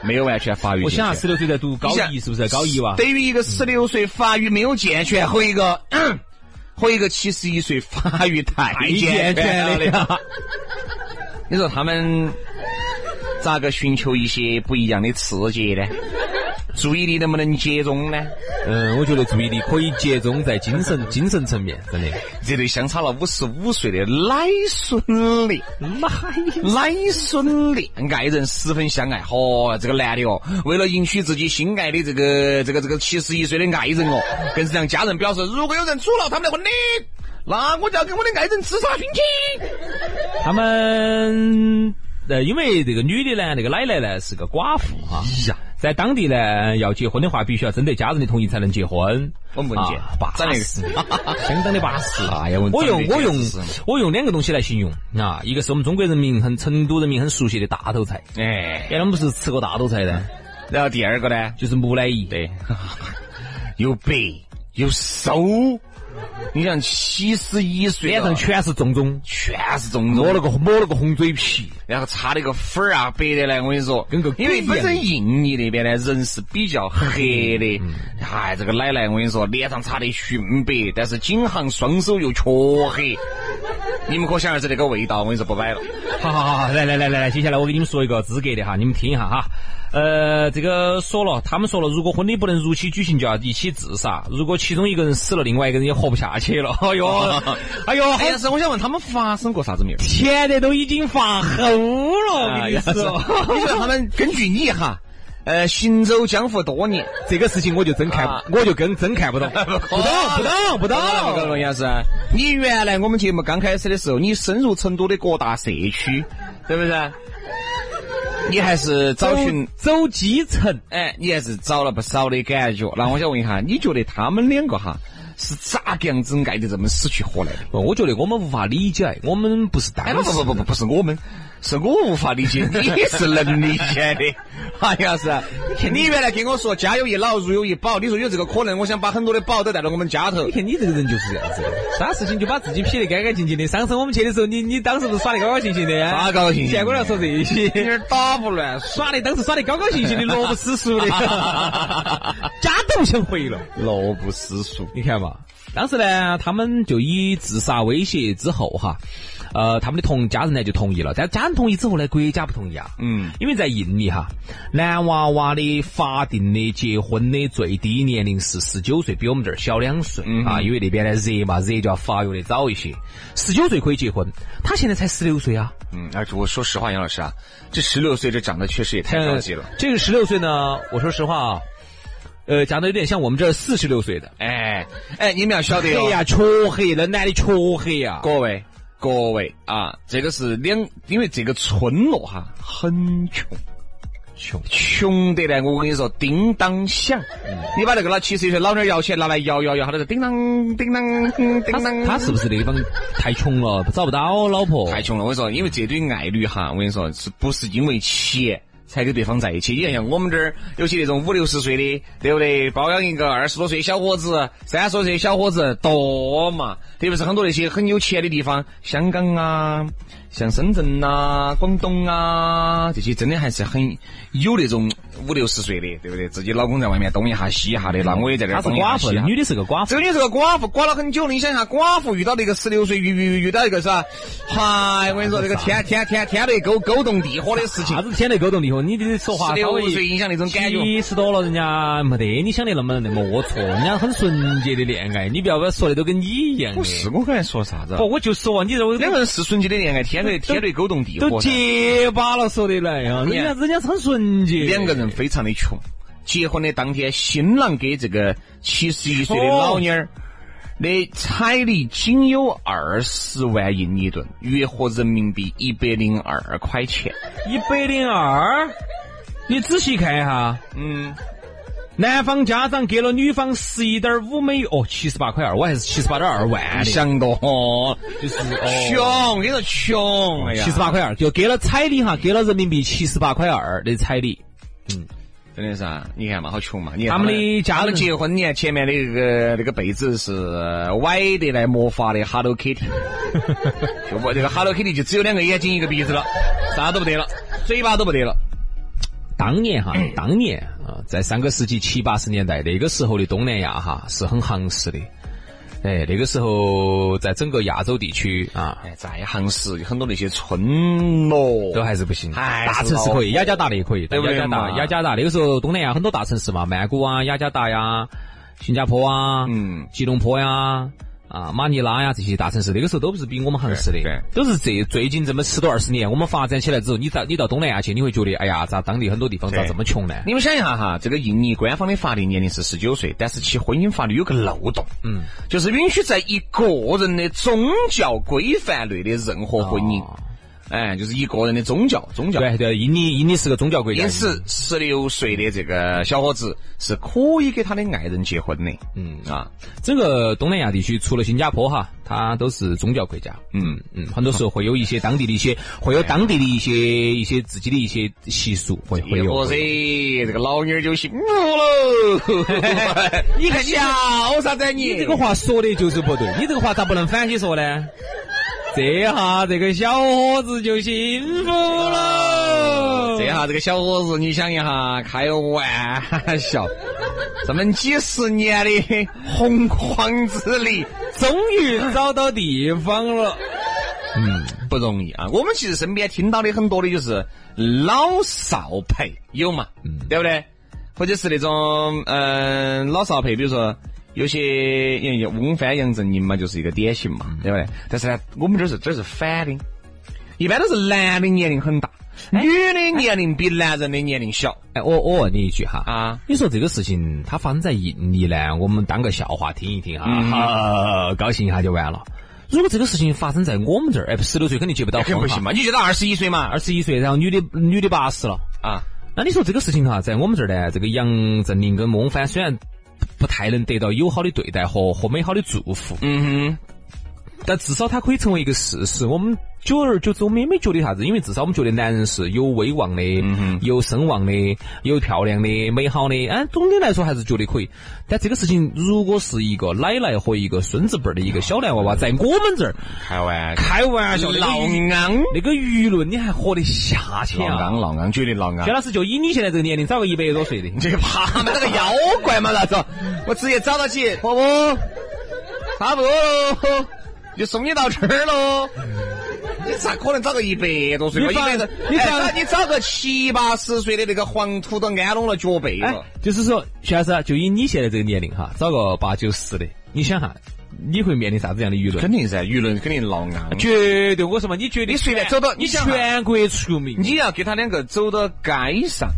[SPEAKER 2] 没有完全发育
[SPEAKER 3] 我
[SPEAKER 2] 健全，
[SPEAKER 3] 想啊，十六岁在读高一，是不是在高一哇？
[SPEAKER 2] 对于一个十六岁发育没有健全和一个嗯和一个七十一岁发育太
[SPEAKER 3] 太
[SPEAKER 2] 健
[SPEAKER 3] 健全
[SPEAKER 2] 全
[SPEAKER 3] 了
[SPEAKER 2] 了的，
[SPEAKER 3] 哎呀！
[SPEAKER 2] 你说他们咋个寻求一些不一样的刺激呢？注意力能不能集中呢？
[SPEAKER 3] 嗯，我觉得注意力可以集中在精 神精神层面，真的。
[SPEAKER 2] 这对相差了五十五岁的奶孙俪，
[SPEAKER 3] 妈呀！
[SPEAKER 2] 奶孙俪爱人十分相爱。嚯、这个男的哦，为了迎娶自己心爱的这个这个这个七十一岁的爱人哦，更是让家人表示，如果有人阻挠他们的婚礼，那我就要跟我的爱人自杀殉情。
[SPEAKER 3] 他们呃，因为这个女的呢，那个奶奶呢是个寡妇啊哈、
[SPEAKER 2] 呀
[SPEAKER 3] 在当地呢，要结婚的话，必须要征得家人的同意才能结婚。
[SPEAKER 2] 我们文件
[SPEAKER 3] 啊巴
[SPEAKER 2] 长得
[SPEAKER 3] 适，哦相当的巴适。啊
[SPEAKER 2] 哎呀我
[SPEAKER 3] 我用
[SPEAKER 2] 长得
[SPEAKER 3] 我用
[SPEAKER 2] 简直是
[SPEAKER 3] 我用两个东西来形容啊，一个是我们中国人民很成都人民很熟悉的大头菜，
[SPEAKER 2] 哎，
[SPEAKER 3] 原来我们是吃过大头菜的，
[SPEAKER 2] 然后第二个呢，
[SPEAKER 3] 啊就是木乃伊。对，
[SPEAKER 2] 有白有瘦你想七十一岁了
[SPEAKER 3] 脸上全是肿肿，
[SPEAKER 2] 全是肿
[SPEAKER 3] 抹
[SPEAKER 2] 肿
[SPEAKER 3] 了，个抹了个红嘴皮，
[SPEAKER 2] 然后擦那个粉儿啊白的来，我跟你说，
[SPEAKER 3] 跟个
[SPEAKER 2] 因为
[SPEAKER 3] 鬼一样
[SPEAKER 2] 本身印尼那边呢人是比较黑的，哎，这个奶奶我跟你说，脸上擦的熏白，但是颈项双手又黢黑，你们可想而知那个味道，我跟你说不摆了。
[SPEAKER 3] 好好好，来来来来来，接下来我给你们说一个资格的哈，你们听一下哈。呃，这个说了，他们说了，如果婚礼不能如期举行，就要一起自杀。如果其中一个人死了，另外一个人也活不下去了。哎呦，哎呦，好
[SPEAKER 2] 但是我想问他们发生过啥子没有？
[SPEAKER 3] 甜的都已经发齁了，
[SPEAKER 2] 哎
[SPEAKER 3] 我跟你说。
[SPEAKER 2] 你说他们根据你哈，呃，行走江湖多年，
[SPEAKER 3] 这个事情 我就真看，
[SPEAKER 2] 啊
[SPEAKER 3] 我就跟真看不懂，不懂，不懂， 不懂。
[SPEAKER 2] 不懂，龙岩师。你原来我们节目刚开始的时候，你深入成都的各大社区，对不对？你还是找寻，
[SPEAKER 3] 走基层，
[SPEAKER 2] 哎，你还是找了不少的感觉。那我想问一下，你觉得他们两个哈是咋个样子爱得这么死去活来的？
[SPEAKER 3] 不我觉得我们无法理解，我们不是当
[SPEAKER 2] 哎，不
[SPEAKER 3] 事
[SPEAKER 2] 不不不，不是我们，是我无法理 解，你是能理解的。哎呀，是，你原来跟我说家有一老，如有一宝，你说有这个可能，我想把很多的宝都带到我们家头
[SPEAKER 3] 你。看你这个人就是这样子的，啥事情就把自己撇得干干净净的。上次我们去的时候，你你当时不是耍得高高兴兴的？
[SPEAKER 2] 耍高兴兴
[SPEAKER 3] 现在过来说这
[SPEAKER 2] 有
[SPEAKER 3] 些，
[SPEAKER 2] 点打不乱，
[SPEAKER 3] 耍的当时耍得高高兴 兴的，萝卜丝熟的，家都不想 回了。
[SPEAKER 2] 萝卜丝熟。
[SPEAKER 3] 你看嘛，当时呢，他们就以自杀威胁之后哈，呃，他们的同家人呢就同意了，但家人同意之后呢，国家不同意啊，
[SPEAKER 2] 嗯，
[SPEAKER 3] 因为在印尼哈，男娃娃的法定的结婚的最低年龄是十九岁，比我们这儿小两岁、
[SPEAKER 2] 嗯
[SPEAKER 3] 啊，因为那边呢热嘛，热就要发育的早一些，十九岁可以结婚，他现在才十六岁啊，
[SPEAKER 2] 嗯，而且我说实话，杨老师啊，这十六岁这长得确实也太
[SPEAKER 3] 嗯
[SPEAKER 2] 着急了。
[SPEAKER 3] 这个十六岁呢，我说实话啊，呃，长得有点像我们这四十六岁的，
[SPEAKER 2] 哎哎，你们要晓得
[SPEAKER 3] 黑
[SPEAKER 2] 哦，
[SPEAKER 3] 呀、黢黑，那男的黢黑啊呀、
[SPEAKER 2] 各位各位啊，这个是两，因为这个村落哈很穷。
[SPEAKER 3] 穷。嗯
[SPEAKER 2] 穷得来，我跟你说，叮当响。你把那个老七十岁老娘摇起来，拿来摇摇摇，他都是叮当叮当嗯叮
[SPEAKER 3] 他
[SPEAKER 2] 当。
[SPEAKER 3] 他是不是那地方太穷了，找不到老婆？
[SPEAKER 2] 太穷了，我跟你说，因为这对爱侣哈，我跟你说，是不是因为钱才跟对方在一起？你看像我们这儿，尤其那种五六十岁的，对不对？包养一个二十多岁小伙子、三十多岁小伙子多嘛？特别是很多那些很有钱的地方，香港啊、像深圳呐、广东啊这些，真的还是很有那种五六十岁的，对不对？自己老公在外面东一下西一下的，那我也在这
[SPEAKER 3] 她
[SPEAKER 2] 儿
[SPEAKER 3] 是
[SPEAKER 2] 东一下
[SPEAKER 3] 寡
[SPEAKER 2] 西
[SPEAKER 3] 妇
[SPEAKER 2] 一，下
[SPEAKER 3] 女的是个寡妇
[SPEAKER 2] 这。个女是个寡妇，寡了很久了。你想一下，寡妇遇到那个十六岁遇遇遇到一个啥？嗨，我跟你说，这个 天天天天雷勾勾动地火的事 情
[SPEAKER 3] 啥。子天雷勾动地火？你的说话稍微
[SPEAKER 2] 16岁影响那种感觉
[SPEAKER 3] 七十多了，人家没得你想的那么那么龌龊，人家很纯洁的恋爱，你不要把说的都跟你一样的。
[SPEAKER 2] 我刚才说啥子
[SPEAKER 3] 不，我就说你这我
[SPEAKER 2] 两个人是纯洁的恋爱，天雷天雷勾动地
[SPEAKER 3] 都
[SPEAKER 2] 火。
[SPEAKER 3] 结巴了，说的来啊，人
[SPEAKER 2] 你看
[SPEAKER 3] 家人家是很纯洁。
[SPEAKER 2] 两个人非常的穷。结婚的当天，新郎给这个七十一岁的
[SPEAKER 3] 哦
[SPEAKER 2] 老妞儿的彩礼仅有二十万印尼盾，约合人民币一百零二块钱。
[SPEAKER 3] 一百零二，你仔细看一下，
[SPEAKER 2] 嗯，
[SPEAKER 3] 男方家长给了女方十一点五美哦，七十八块二，我还是七十八点二万的，
[SPEAKER 2] 想多哦，
[SPEAKER 3] 就是哦。
[SPEAKER 2] 穷，跟你说穷，哎呀，
[SPEAKER 3] 七十八块二，就给了彩礼哈，给了人民币七十八块二的彩礼。
[SPEAKER 2] 真的是啊，你看嘛，好穷嘛！你看
[SPEAKER 3] 他们的家
[SPEAKER 2] 他
[SPEAKER 3] 人
[SPEAKER 2] 们结婚，你看前面的那个那个被子是呃歪的来魔法的 Hello Kitty，就我这个 Hello Kitty 就只有两个眼睛一个鼻子了，啥都不得了，嘴巴都不得了。
[SPEAKER 3] 当年哈，当年啊，在上个世纪七八十年代，那个时候的东南亚哈是很夯实的。哎，那个时候在整个亚洲地区啊，
[SPEAKER 2] 哎，在行市很多那些村落
[SPEAKER 3] 都还是不行。
[SPEAKER 2] 还
[SPEAKER 3] 大
[SPEAKER 2] 是
[SPEAKER 3] 城市
[SPEAKER 2] 老
[SPEAKER 3] 可以，雅加达的也可以，
[SPEAKER 2] 对不对
[SPEAKER 3] 雅加达，
[SPEAKER 2] 嘛
[SPEAKER 3] 雅加达那个时候东南亚很多大城市嘛，曼谷啊、雅加达呀、新加坡啊、
[SPEAKER 2] 嗯
[SPEAKER 3] 吉隆坡呀。啊，马尼拉呀，这些大城市那个时候都不是比我们行市的
[SPEAKER 2] 对对，
[SPEAKER 3] 都是这最近这么十多二十年，我们发展起来之后，你到你到东南亚去，你会觉得，哎呀，咋当地很多地方咋
[SPEAKER 2] 对
[SPEAKER 3] 这么穷呢？
[SPEAKER 2] 你们想一下哈，这个印尼官方的法定年龄是十九岁，但是其婚姻法律有个漏洞，嗯，就是允许在一个人的宗教规范内的任何婚姻。
[SPEAKER 3] 哦
[SPEAKER 2] 哎，就是一个人的宗教，宗教。
[SPEAKER 3] 对对，印尼印尼是个宗教国家，
[SPEAKER 2] 因此，十六岁的这个小伙子是可以跟他的爱人结婚的。
[SPEAKER 3] 嗯
[SPEAKER 2] 啊，
[SPEAKER 3] 整个东南亚地区，除了新加坡哈，它都是宗教国家。
[SPEAKER 2] 嗯
[SPEAKER 3] 嗯，很多时候会有一些当地的 一些，会有当地的一些一些自己的一些习俗，会会
[SPEAKER 2] 一
[SPEAKER 3] 有。
[SPEAKER 2] 伙
[SPEAKER 3] 会
[SPEAKER 2] 噻
[SPEAKER 3] 有，
[SPEAKER 2] 这个老妞儿就醒悟 喽。你看笑啥子啊你？
[SPEAKER 3] 你这个话说的就是不对，你这个话咋不能反起说呢？这下这个小伙子就幸福了。
[SPEAKER 2] 这下这个小伙子，你想一下，开玩笑，这么几十年的 洪荒之力
[SPEAKER 3] 终于找到地方了。
[SPEAKER 2] 不容易啊！我们其实身边听到的很多的就是老少配，有嘛，对不对？或者是那种嗯、呃老少配，比如说。有些因为翁帆、杨振宁嘛，就是一个典型嘛，对不对？但是呢，我们这儿是这儿是反的，一般都是男的年龄很大，女的年龄比男人的年龄小
[SPEAKER 3] 哎，我我问你一句哈，
[SPEAKER 2] 啊。
[SPEAKER 3] 你说这个事情它发生在印尼呢，我们当个笑话听一听哈，
[SPEAKER 2] 嗯
[SPEAKER 3] 好 高兴一下就完了。如果这个事情发生在我们这儿，哎，十六岁肯定结不到
[SPEAKER 2] 肯定
[SPEAKER 3] 婚
[SPEAKER 2] 不行
[SPEAKER 3] 嘛，
[SPEAKER 2] 嘛，你觉得二十一岁嘛
[SPEAKER 3] 二十一岁，然后女的女的八十了，
[SPEAKER 2] 啊？
[SPEAKER 3] 那你说这个事情哈，在我们这儿呢，这个杨振宁跟翁帆虽然不太能得到友好的对待和和美好的祝福，
[SPEAKER 2] 嗯
[SPEAKER 3] 但至少它可以成为一个事实。我们久而久之，我们也没觉得啥子，因为至少我们觉得男人是有威望的、有声望的、有漂亮的、美好的。哎，总的来说还是觉得可以。但这个事情，如果是一个奶奶和一个孙子辈儿的一个小男娃娃，在我们这儿
[SPEAKER 2] 哼，开玩笑，
[SPEAKER 3] 开玩笑，那个
[SPEAKER 2] 老
[SPEAKER 3] 舆
[SPEAKER 2] 昂，
[SPEAKER 3] 那个舆论，你还活得下去
[SPEAKER 2] 老昂，
[SPEAKER 3] 啊？
[SPEAKER 2] 老昂，绝对老昂
[SPEAKER 3] 薛。老师，就以你现在这个年龄，找个一百多岁的，
[SPEAKER 2] 这怕嘛，那个妖怪嘛，那个，我直接找到起，婆婆，差不多喽，就送你到这儿喽。你咋可能找个一百多岁？
[SPEAKER 3] 你找
[SPEAKER 2] 一百多
[SPEAKER 3] 你找
[SPEAKER 2] 哎你找个七八十岁的那个黄土都安拢了脚背
[SPEAKER 3] 哎
[SPEAKER 2] 了。，
[SPEAKER 3] 就是说，徐老师啊，就以你现在这个年龄哈，找个八九十的，你想哈，你会面临啥子样的舆论？
[SPEAKER 2] 肯定噻，舆论肯定老昂。
[SPEAKER 3] 绝对，我说嘛，你绝对
[SPEAKER 2] 你随便走到
[SPEAKER 3] 你
[SPEAKER 2] 你想哈啊
[SPEAKER 3] 全国出名，
[SPEAKER 2] 你要跟他两个走到街上，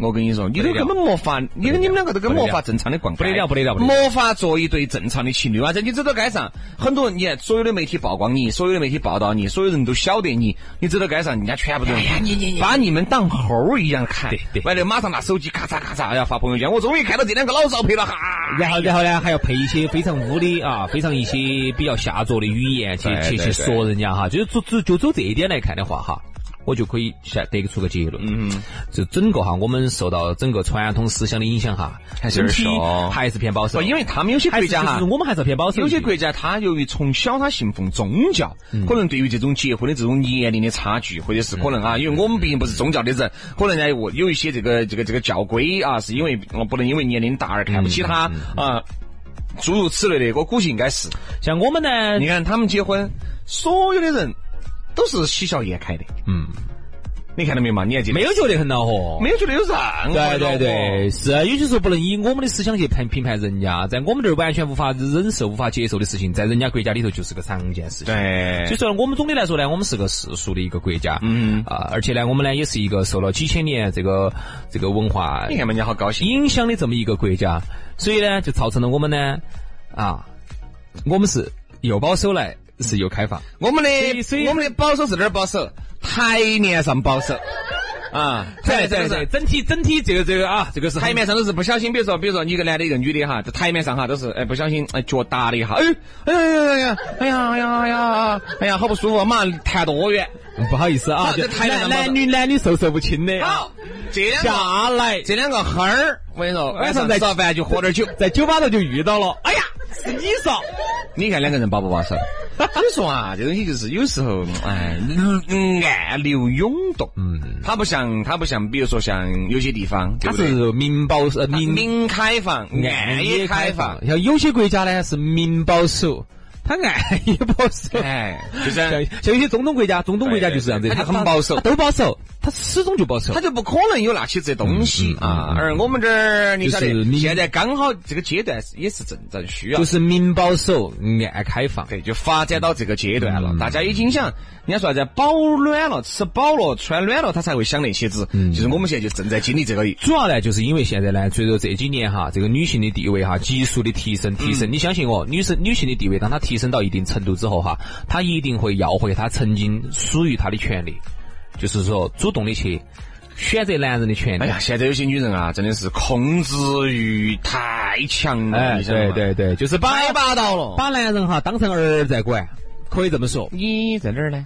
[SPEAKER 2] 我跟你说，你都根本没法，你跟你们两个都根本没法正常的逛街，
[SPEAKER 3] 不得了不得了不得了
[SPEAKER 2] 没法做一对正常的情侣啊！这你走到街上，很多人，你看所有的媒体曝光你，所有的媒体报道你，所有人都晓得你，你走到街上，人家全部
[SPEAKER 3] 哎
[SPEAKER 2] 都把你们当猴儿一样看，
[SPEAKER 3] 对对
[SPEAKER 2] 完了马上拿手机咔嚓咔嚓，哎呀发朋友圈，我终于看到这两个老少配了哈。
[SPEAKER 3] 然
[SPEAKER 2] 哎
[SPEAKER 3] 后然后呢，还要配一些非常污的啊，非常一些比较下作的语言去
[SPEAKER 2] 对
[SPEAKER 3] 去
[SPEAKER 2] 对
[SPEAKER 3] 去
[SPEAKER 2] 对
[SPEAKER 3] 说人家哈，就是就就就走这一点来看的话哈。我就可以下得出个结论，嗯，就整个哈，我们受到整个传统思想的影响哈，
[SPEAKER 2] 还是
[SPEAKER 3] 整体
[SPEAKER 2] 受
[SPEAKER 3] 还是偏保守，
[SPEAKER 2] 哦不因为他们有些
[SPEAKER 3] 还
[SPEAKER 2] 国
[SPEAKER 3] 是
[SPEAKER 2] 家哈
[SPEAKER 3] 就是，我们还是要偏保守一
[SPEAKER 2] 有
[SPEAKER 3] 些，
[SPEAKER 2] 些国家，他由于从小他信奉宗教，
[SPEAKER 3] 嗯
[SPEAKER 2] 可能对于这种结婚的这种年龄的差距，或者是可能啊，因为我们毕竟不是宗教的人，
[SPEAKER 3] 嗯
[SPEAKER 2] 可能呢我有一些这个这个这个教规啊，是因为呃不能因为年龄大而看不起
[SPEAKER 3] 嗯
[SPEAKER 2] 他啊，诸如此类的，我估计应该是。
[SPEAKER 3] 像我们呢
[SPEAKER 2] 你，看他们结婚，所有的人都是喜笑颜开的，
[SPEAKER 3] 嗯，
[SPEAKER 2] 你看到没有嘛？你还记得
[SPEAKER 3] 没有觉得很恼火，
[SPEAKER 2] 没有觉得有啥？
[SPEAKER 3] 对对
[SPEAKER 2] 哦
[SPEAKER 3] 对，，是啊，有些时候不能以我们的思想去评评判人家，在我们这儿完全无法忍受、无法接受的事情，在人家国家里头就是个常见事情。所
[SPEAKER 2] 对
[SPEAKER 3] 以，说，我们总的来说呢，我们是个世俗的一个国家，嗯啊、而且呢，我们呢也是一个受了几千年这个这个文化
[SPEAKER 2] 你看嘛，人家好高兴。
[SPEAKER 3] 影响的这么一个国家，所以呢，就造成了我们呢，啊，我们是又保守来，是又开放，
[SPEAKER 2] 我们
[SPEAKER 3] 所以所以
[SPEAKER 2] 的我们的保守是哪儿保守？台面上保守啊，
[SPEAKER 3] 对
[SPEAKER 2] 是
[SPEAKER 3] 对
[SPEAKER 2] 不是
[SPEAKER 3] 对，整体整体这个这个啊，这个是
[SPEAKER 2] 台面上都是不小心，比如说，比如说你一个男的，一个女的哈，在台面上哈都是哎不小心哎脚打了一下，哎哎呀哎呀哎呀哎呀哎呀哎呀好不舒服，马上弹多远？
[SPEAKER 3] 不好意思啊，
[SPEAKER 2] 好
[SPEAKER 3] 就
[SPEAKER 2] 这台面
[SPEAKER 3] 男
[SPEAKER 2] 上
[SPEAKER 3] 男女男女授受不亲的啊。
[SPEAKER 2] 好，这两个
[SPEAKER 3] 下来，
[SPEAKER 2] 这两个哈儿，我跟你说，晚哎上
[SPEAKER 3] 在
[SPEAKER 2] 吃了饭就喝点酒，
[SPEAKER 3] 在酒吧头就遇到了。哎呀，是你说，
[SPEAKER 2] 你看两个人保不 保守？所以说啊，这东西就是有时候，哎，嗯暗流涌动。嗯，它不像，它不像，比如说像有些地方，对
[SPEAKER 3] 他
[SPEAKER 2] 不对
[SPEAKER 3] 是明保呃明
[SPEAKER 2] 明开放，暗也开放。
[SPEAKER 3] 像有些国家呢是明保守，他暗也保守。
[SPEAKER 2] 哎，就
[SPEAKER 3] 像
[SPEAKER 2] 是
[SPEAKER 3] 像有些中东国家，中东国家就是这样子，
[SPEAKER 2] 对对对
[SPEAKER 3] 它
[SPEAKER 2] 它很保守
[SPEAKER 3] 它都保守，它始终就保守
[SPEAKER 2] 他。就不可能有那些这东西啊。而我们这儿，你晓
[SPEAKER 3] 就是你
[SPEAKER 2] 得，现在刚好这个阶段也是正正需要
[SPEAKER 3] 就。是明保守，暗开放。
[SPEAKER 2] 对，就发展到这个阶段了
[SPEAKER 3] 嗯，
[SPEAKER 2] 大家已经想，人家说啥子饱暖了，吃饱了，穿暖了，他才会想那些子。就是我们现在就正在经历这个
[SPEAKER 3] 主要呢，就是因为现在呢，
[SPEAKER 2] 嗯
[SPEAKER 3] 哦随着这几年哈，这个女性的地位哈急速的提升，提升。你相信我，女生女性的地位当她提升到一定程度之后哈，他一定会要回他曾经属于他的权利，就是说主动的去选择男人的权利。
[SPEAKER 2] 哎呀，现在有些女人啊，真的是控制欲太强了，
[SPEAKER 3] 哎，
[SPEAKER 2] 你晓得
[SPEAKER 3] 对
[SPEAKER 2] 吗
[SPEAKER 3] 对对，就是把
[SPEAKER 2] 太霸道了。
[SPEAKER 3] 把男人哈当成儿在管，可以这么说。
[SPEAKER 2] 你在哪儿呢？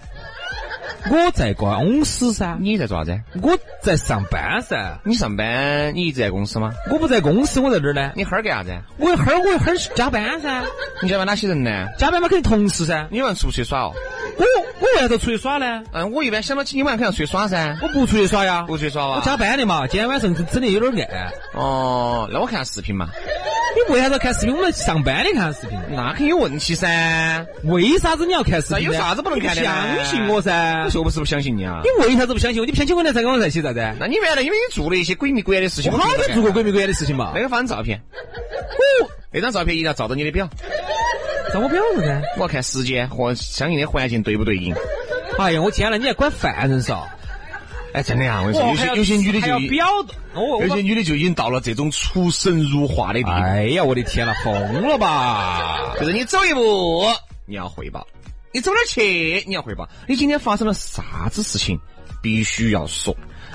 [SPEAKER 3] 我在公司噻，
[SPEAKER 2] 你在做啥子？
[SPEAKER 3] 我在上班噻，
[SPEAKER 2] 你上班，你一直在公司吗？
[SPEAKER 3] 我不在公司，我在这儿呢。
[SPEAKER 2] 你哈儿干啥子？
[SPEAKER 3] 我一会儿我一会儿是加班噻，
[SPEAKER 2] 你家班哪些人呢？
[SPEAKER 3] 加班嘛肯定同事噻。
[SPEAKER 2] 你晚上出不出去耍哦？
[SPEAKER 3] 我我为啥子出去耍呢？
[SPEAKER 2] 嗯，我一般想到起你晚上肯定要出去耍噻，
[SPEAKER 3] 我不出去耍呀，
[SPEAKER 2] 不出去耍
[SPEAKER 3] 我
[SPEAKER 2] 哇？
[SPEAKER 3] 加班的嘛。今天晚上整的有点暗，
[SPEAKER 2] 哦，那我看下视频嘛，
[SPEAKER 3] 你为啥子要看视频？我们上班的看视频，
[SPEAKER 2] 那肯定有问题噻。
[SPEAKER 3] 为啥子你要看视
[SPEAKER 2] 那
[SPEAKER 3] 频呢？
[SPEAKER 2] 有啥子不能看的
[SPEAKER 3] 你
[SPEAKER 2] 呢？
[SPEAKER 3] 相信我噻
[SPEAKER 2] 你。说我是不相信你啊？
[SPEAKER 3] 你为啥子不相信我？你不相信我呢？才跟我在一起咋子？
[SPEAKER 2] 那你原来因为你做了一些鬼迷鬼眼的事情，
[SPEAKER 3] 我好久做过
[SPEAKER 2] 鬼，哦
[SPEAKER 3] 鬼迷鬼眼的事情嘛
[SPEAKER 2] 那。个发张照片，那张照片一定要照到你的表，
[SPEAKER 3] 找我表子噻。
[SPEAKER 2] 我要看时间和相应的环境对不对应。
[SPEAKER 3] 哎呀，我天了，你还管犯人少？
[SPEAKER 2] 哎，真的啊，我跟你说，有些有些女的
[SPEAKER 3] 还
[SPEAKER 2] 就
[SPEAKER 3] 要
[SPEAKER 2] 已
[SPEAKER 3] 表，我
[SPEAKER 2] 有些
[SPEAKER 3] 我。
[SPEAKER 2] 女的就已经到了这种出神入化的地步。
[SPEAKER 3] 哎呀，我的天了，疯了吧？
[SPEAKER 2] 就是你走一步，你要汇报；你走哪儿去，你要汇报。你今天发生了啥子事情，必须要说。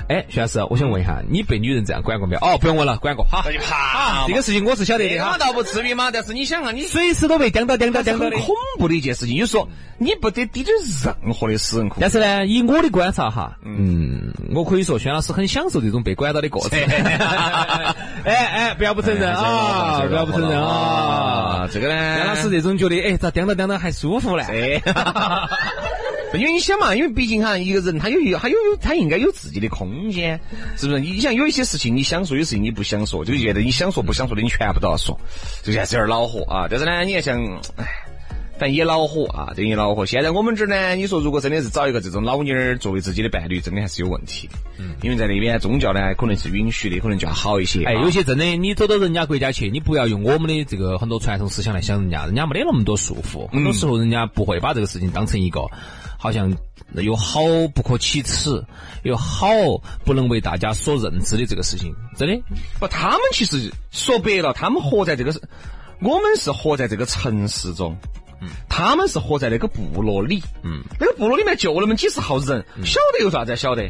[SPEAKER 3] 哎，徐老师，我想问一下，你被女人这样管过没有？哦，不用问了，管过。好，
[SPEAKER 2] 那就怕
[SPEAKER 3] 这个事情我是晓得的
[SPEAKER 2] 那
[SPEAKER 3] 哈。
[SPEAKER 2] 倒不至于嘛，但是你想啊，你
[SPEAKER 3] 随时都被盯到盯到
[SPEAKER 2] 这
[SPEAKER 3] 盯
[SPEAKER 2] 是
[SPEAKER 3] 到
[SPEAKER 2] 很
[SPEAKER 3] 的。
[SPEAKER 2] 恐怖的一件事情，就是说你不得滴点儿任何的私人空间
[SPEAKER 3] 但。是呢，以我的观察哈，嗯，我可以说轩老师很享受这种被管到的过程。 哎哎，不要不承认啊，不要不承认啊。
[SPEAKER 2] 这个呢，
[SPEAKER 3] 轩老师这种觉得，哎，咋盯到盯到还舒服呢？
[SPEAKER 2] 哎，因为你想嘛，因为毕竟哈，一个人他有有他有有他应该有自己的空间，是不是？你想有一些事情你想说，有些事情你不想说，就觉得你想说不想说的你全部都要说，就现在有点恼火啊。但是呢，你也想，唉，反正也恼火啊，这也恼火。现在我们这儿呢，你说如果真的是找一个这种老妞儿作为自己的伴侣，真的还是有问题的。因为在那边宗教呢，可能是允许的，可能就要好一些啊。
[SPEAKER 3] 哎，有些真的，你走到人家国家去，你不要用我们的这个很多传统思想来想人家，人家没得那么多束缚，很多时候人家不会把这个事情当成一个好像有好不可启齿，有好不能为大家所认知的这个事情，真的。
[SPEAKER 2] 不，他们其实说白了，他们活在这个，我们是活在这个城市中，
[SPEAKER 3] 嗯
[SPEAKER 2] 他们是活在那个部落里，嗯，那个部落里面就那么几十号人，
[SPEAKER 3] 嗯
[SPEAKER 2] 晓得有啥子啊？晓得，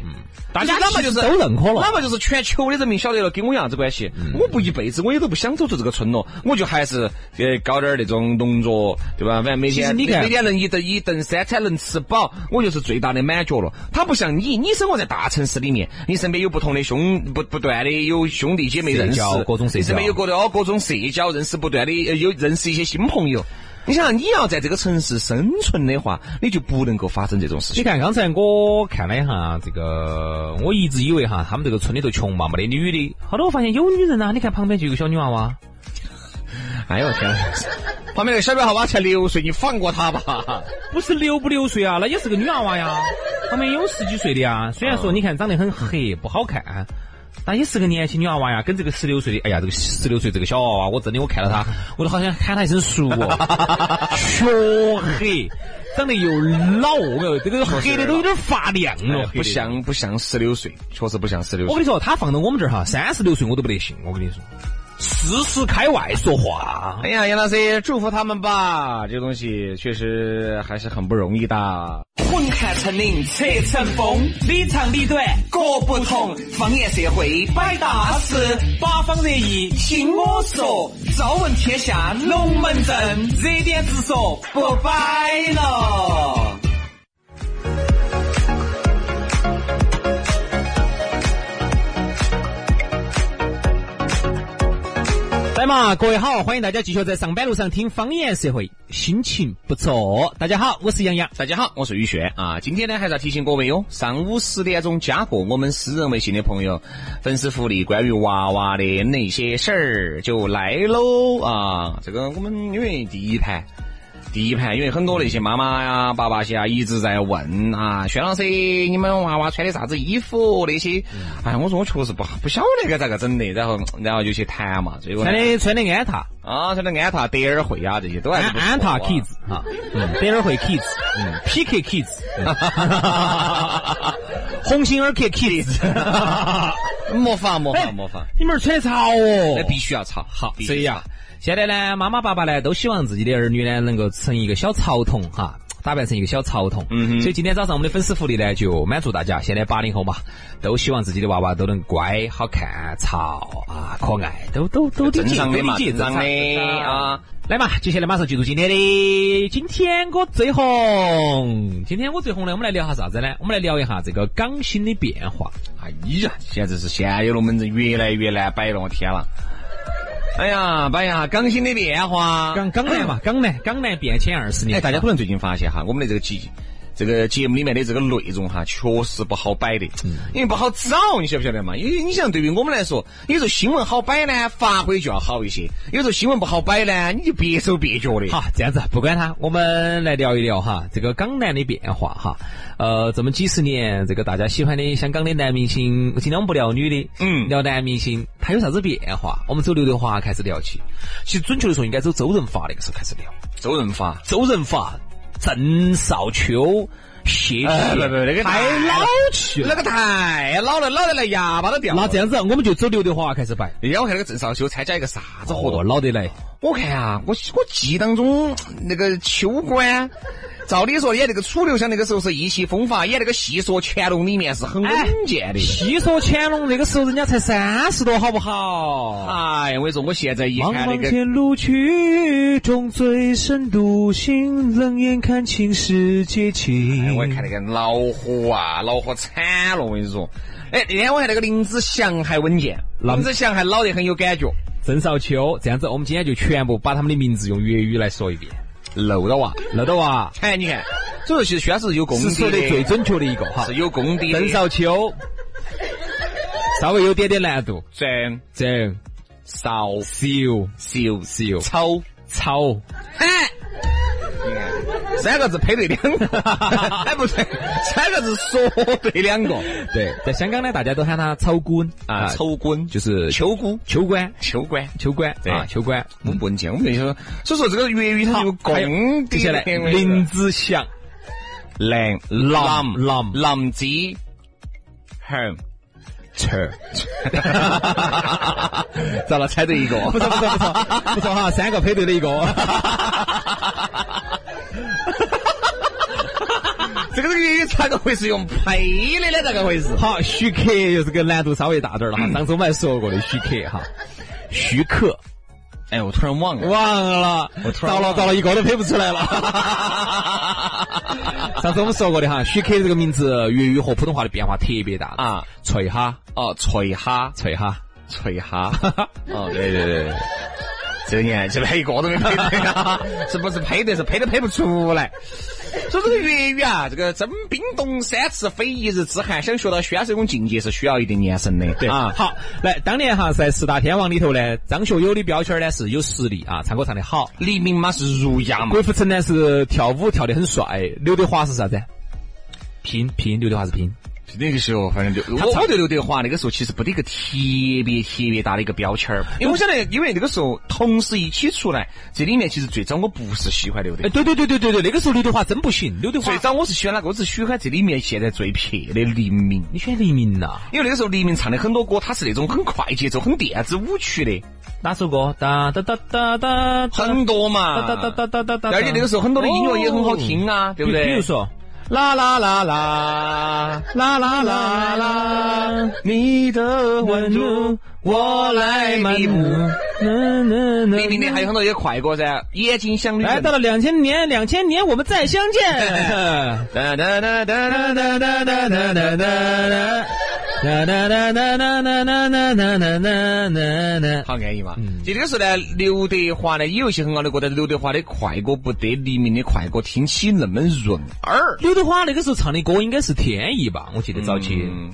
[SPEAKER 2] 大家哪怕就是
[SPEAKER 3] 其实都认可了
[SPEAKER 2] 哪怕就是全球的人民晓得了，跟我有啥子关系？
[SPEAKER 3] 嗯
[SPEAKER 2] 我不一辈子我也都不想走出这个村落，我就还是呃搞点儿那种农作，对吧？反正每
[SPEAKER 3] 其实
[SPEAKER 2] 天
[SPEAKER 3] 你看
[SPEAKER 2] 每天能一顿一顿三餐能吃饱，我就是最大的满足了。他不像你，你生活在大城市里面，你身边有不同的兄不不断的有兄弟姐妹。认识
[SPEAKER 3] 社交各种社交
[SPEAKER 2] 你身边有各种哦各种社交，认识不断的呃有认识一些新朋友。你想，你要在这个城市生存的话，你就不能够发生这种事
[SPEAKER 3] 你
[SPEAKER 2] 情。
[SPEAKER 3] 看刚才我看了一下这个，我一直以为哈，他们这个村里头穷嘛，没得女的，后来我发现有女人呐、啊你看旁边就有个小女娃娃，
[SPEAKER 2] 哎呦我天！旁边那个小女娃娃才六岁，你放过她吧。
[SPEAKER 3] 不是六不六岁啊，那也是个女娃娃呀，旁边有十几岁的呀。虽然说你看长得很黑，不好看，但也是个年轻女娃娃呀，跟这个十六岁的，哎呀，这个十六岁这个小娃娃，我真的我看到她，我都好想喊她一 声叔哦，黢黑，长得又老，我跟你说这个黑的都有点发亮了，
[SPEAKER 2] 哎不
[SPEAKER 3] 嗯黑的。
[SPEAKER 2] 像不像十六岁，确实不像十六岁。
[SPEAKER 3] 我跟你说，她放到我们这儿哈，三十六岁我都不得信，我跟你说，四十开外说话。
[SPEAKER 2] 哎呀，杨老师，祝福他们吧，这个东西确实还是很不容易的。
[SPEAKER 1] 混看成岭侧哎成峰，里长里短各不同。放眼社会百大事，八方热议听我说。朝闻天下龙门阵，热点直说不摆了。
[SPEAKER 3] 来嘛，各位好，欢迎大家继续在上班路上听方言社会，心情不错。大家好，我是杨洋。
[SPEAKER 2] 大家好，我是宇轩啊。今天呢，还是要提醒各位哦哟，上午十点钟加过我们私人微信的朋友，粉丝福利关于娃娃的那些事儿就来喽啊！这个我们因为第一排。第一排，因为很多那些妈妈呀、爸爸些啊，一直在问啊，轩老师，你们娃娃穿的啥子衣服那些？哎，我说我确实不不晓得该咋个整的，然后然后就去谈嘛，结果呢
[SPEAKER 3] 穿的穿的安踏，
[SPEAKER 2] 啊，穿的安踏、德尔惠啊这些都还
[SPEAKER 3] 安
[SPEAKER 2] 是不错啊
[SPEAKER 3] 安踏 kids 嗯啊，嗯，德尔惠 kids，嗯，PK kids，嗯鸿星尔克 kiss，
[SPEAKER 2] 没法没
[SPEAKER 3] 哎
[SPEAKER 2] 法没法，
[SPEAKER 3] 你们儿吹得潮哦
[SPEAKER 2] 那必须要吵，好，
[SPEAKER 3] 所以
[SPEAKER 2] 要。
[SPEAKER 3] 啊，现在呢，妈妈爸爸呢都希望自己的儿女呢能够成一个小潮童哈。打扮成一个小潮童，嗯、所以今天早上我们的粉丝福利呢，就满足大家。现在八零后嘛，都希望自己的娃娃都能乖、好看、潮啊、可爱，都都都理
[SPEAKER 2] 正
[SPEAKER 3] 解，
[SPEAKER 2] 常
[SPEAKER 3] 都
[SPEAKER 2] 的
[SPEAKER 3] 理
[SPEAKER 2] 嘛，
[SPEAKER 3] 解，
[SPEAKER 2] 正常的啊。
[SPEAKER 3] 来嘛，接下来马上进入今天的今天我最红。今天我最红呢，我们来聊下啥子呢？我们来聊一下这个港星的变化。
[SPEAKER 2] 哎呀，现在是现有龙门阵越来越难摆了，我天了！哎呀，摆一下港星的变化。
[SPEAKER 3] 港港男嘛，港男港男变迁二十年，
[SPEAKER 2] 哎，大家可能最近发现哈，我们的这个节这个节目里面的这个内容哈，确实不好摆的，因为不好找，你晓不晓得嘛？因为你想，对于我们来说，有时候新闻好摆呢，发挥就要好一些；有时候新闻不好摆呢，你就别手别脚的。
[SPEAKER 3] 好，这样子不管他，我们来聊一聊哈，这个港男的变化哈。呃，这么几十年，这个大家喜欢的香港的男明星，今天我们不聊女的，
[SPEAKER 2] 嗯
[SPEAKER 3] 聊男明星，他有啥子变化？我们走刘德华开始聊起，其实准确的说，应该走周润发那个时候开始聊。
[SPEAKER 2] 周润发，
[SPEAKER 3] 周润发、郑少秋、谢
[SPEAKER 2] 哎
[SPEAKER 3] 贤，
[SPEAKER 2] 不不那个
[SPEAKER 3] 太
[SPEAKER 2] 太
[SPEAKER 3] 老气
[SPEAKER 2] 那
[SPEAKER 3] 了。
[SPEAKER 2] 个太老了，老得来牙巴都掉了。
[SPEAKER 3] 那这样子，我们就走刘德华开始摆，
[SPEAKER 2] 哎呀，我看那个郑少秋参加一个啥子活动
[SPEAKER 3] 哦，？老得来。
[SPEAKER 2] 我看啊，我我记忆当中那个秋官，照理说演那个楚留香那个时候是意气风发，演那个戏说乾隆里面是很稳
[SPEAKER 3] 哎
[SPEAKER 2] 健的。
[SPEAKER 3] 戏说乾隆那个时候，人家才三十多，好不好？
[SPEAKER 2] 哎呀，我跟你说，我现在一
[SPEAKER 3] 茫
[SPEAKER 2] 看那
[SPEAKER 3] 茫
[SPEAKER 2] 个，
[SPEAKER 3] 天路曲中，醉生独醒，冷眼看清世界情。
[SPEAKER 2] 哎我一看那个恼火啊，恼火惨了，我跟你说。哎，那天我看那个林子祥还稳健，
[SPEAKER 3] 那
[SPEAKER 2] 林子祥还老得
[SPEAKER 3] 嗯
[SPEAKER 2] 很有感觉。
[SPEAKER 3] 郑少秋，这样子，我们今天就全部把他们的名字用粤语来说一遍。啊
[SPEAKER 2] 漏了哇！
[SPEAKER 3] 乐豆娃
[SPEAKER 2] 哎，你看，所以说其实轩是有功
[SPEAKER 3] 是
[SPEAKER 2] 底
[SPEAKER 3] 说的最准确的一个哈
[SPEAKER 2] 是。有功底的。
[SPEAKER 3] 郑少秋，稍微有点点难度。
[SPEAKER 2] 郑
[SPEAKER 3] 郑
[SPEAKER 2] 少
[SPEAKER 3] 少
[SPEAKER 2] 少
[SPEAKER 3] 少
[SPEAKER 2] 丑。
[SPEAKER 3] 超
[SPEAKER 2] 哎，你看三个字配对两个， 哎不对，三个字说对两个
[SPEAKER 3] 对，在香港呢，大家都喊他草官
[SPEAKER 2] 啊，丑官
[SPEAKER 3] 就是
[SPEAKER 2] 秋姑
[SPEAKER 3] 秋官
[SPEAKER 2] 秋官。
[SPEAKER 3] 秋官
[SPEAKER 2] 对
[SPEAKER 3] 啊，秋官。
[SPEAKER 2] 我们不能讲，我们就说，所以说这个粤语它有
[SPEAKER 3] 还有
[SPEAKER 2] 功
[SPEAKER 3] 接
[SPEAKER 2] 底
[SPEAKER 3] 下
[SPEAKER 2] 的。
[SPEAKER 3] 来林子祥。
[SPEAKER 2] 林
[SPEAKER 3] 林林
[SPEAKER 2] 林子祥
[SPEAKER 3] 扯，
[SPEAKER 2] 咋了？猜对一个，
[SPEAKER 3] 不错不错不错 不错哈，三个配对的一个，
[SPEAKER 2] 这个粤语咋个会是用配的呢？咋个回事？嗯
[SPEAKER 3] 好，许可又是个难度稍微大点儿了哈，上次我们还说过的许可哈，许可
[SPEAKER 2] 哎，我突然忘了，
[SPEAKER 3] 忘了，
[SPEAKER 2] 突然
[SPEAKER 3] 糟了
[SPEAKER 2] 忘了
[SPEAKER 3] 糟了，一个都配不出 来了。上次我们说过的哈，许可这个名字粤语和普通话的变化特别大
[SPEAKER 2] 啊，
[SPEAKER 3] 翠哈
[SPEAKER 2] 哦，翠哈，
[SPEAKER 3] 翠哈，
[SPEAKER 2] 翠 哈，哦，对对对，对这个年纪了，一个都没配对啊， 是不是配对是配都配不出来？所以这个粤语啊，这个征兵动三尺，非一日之寒。想学到宣这种境界是需要一定年深的，
[SPEAKER 3] 对
[SPEAKER 2] 啊。
[SPEAKER 3] 好，来，当年哈在十大天王里头呢，张学友的标签呢是有实力啊，唱歌唱得好，
[SPEAKER 2] 黎明嘛是儒雅嘛，
[SPEAKER 3] 郭富城呢是跳舞跳得很帅，刘德华是啥子？拼拼，刘德华是拼。
[SPEAKER 2] 那个时候反正就我
[SPEAKER 3] 唱
[SPEAKER 2] 我对刘德华那个时候其实不得一个特别特别大的一个标签儿，因为我晓得，因为那个时候同时一起出来，这里面其实最早我不是喜欢刘德华。
[SPEAKER 3] 哎，对对对对对对，那个时候刘德华真不行，刘德华
[SPEAKER 2] 最早我是喜欢哪个？我只喜欢这里面现在最撇的黎明。
[SPEAKER 3] 你选黎明呐？
[SPEAKER 2] 因为那个时候黎明唱的很多歌，他是那种很快节奏、很电子舞曲的，
[SPEAKER 3] 哪首歌？哒哒哒哒哒，
[SPEAKER 2] 很多嘛。
[SPEAKER 3] 哒哒哒哒哒哒。哦
[SPEAKER 2] 而且那个时候很多的音乐也很好听啊，对不对？
[SPEAKER 3] 比如说，啦啦啦啦啦啦啦啦，
[SPEAKER 2] 你的
[SPEAKER 3] 温度我来弥补。
[SPEAKER 2] 黎
[SPEAKER 3] 黎
[SPEAKER 2] 明的还有很多也快歌噻，《眼睛像绿
[SPEAKER 3] 来
[SPEAKER 2] 灯
[SPEAKER 3] 到》。了两千年，两千年我们再相见。
[SPEAKER 2] 哒哒哒哒哒哒哒哒哒哒哒。好安逸嘛！
[SPEAKER 3] 嗯
[SPEAKER 2] 就那个时候呢，刘德华呢也有一些很好的歌，但是刘德华的快歌不得黎明的快歌听起那么润耳。
[SPEAKER 3] 刘德华那个时候唱的歌应该是《天意》吧，我记得早期。
[SPEAKER 2] 嗯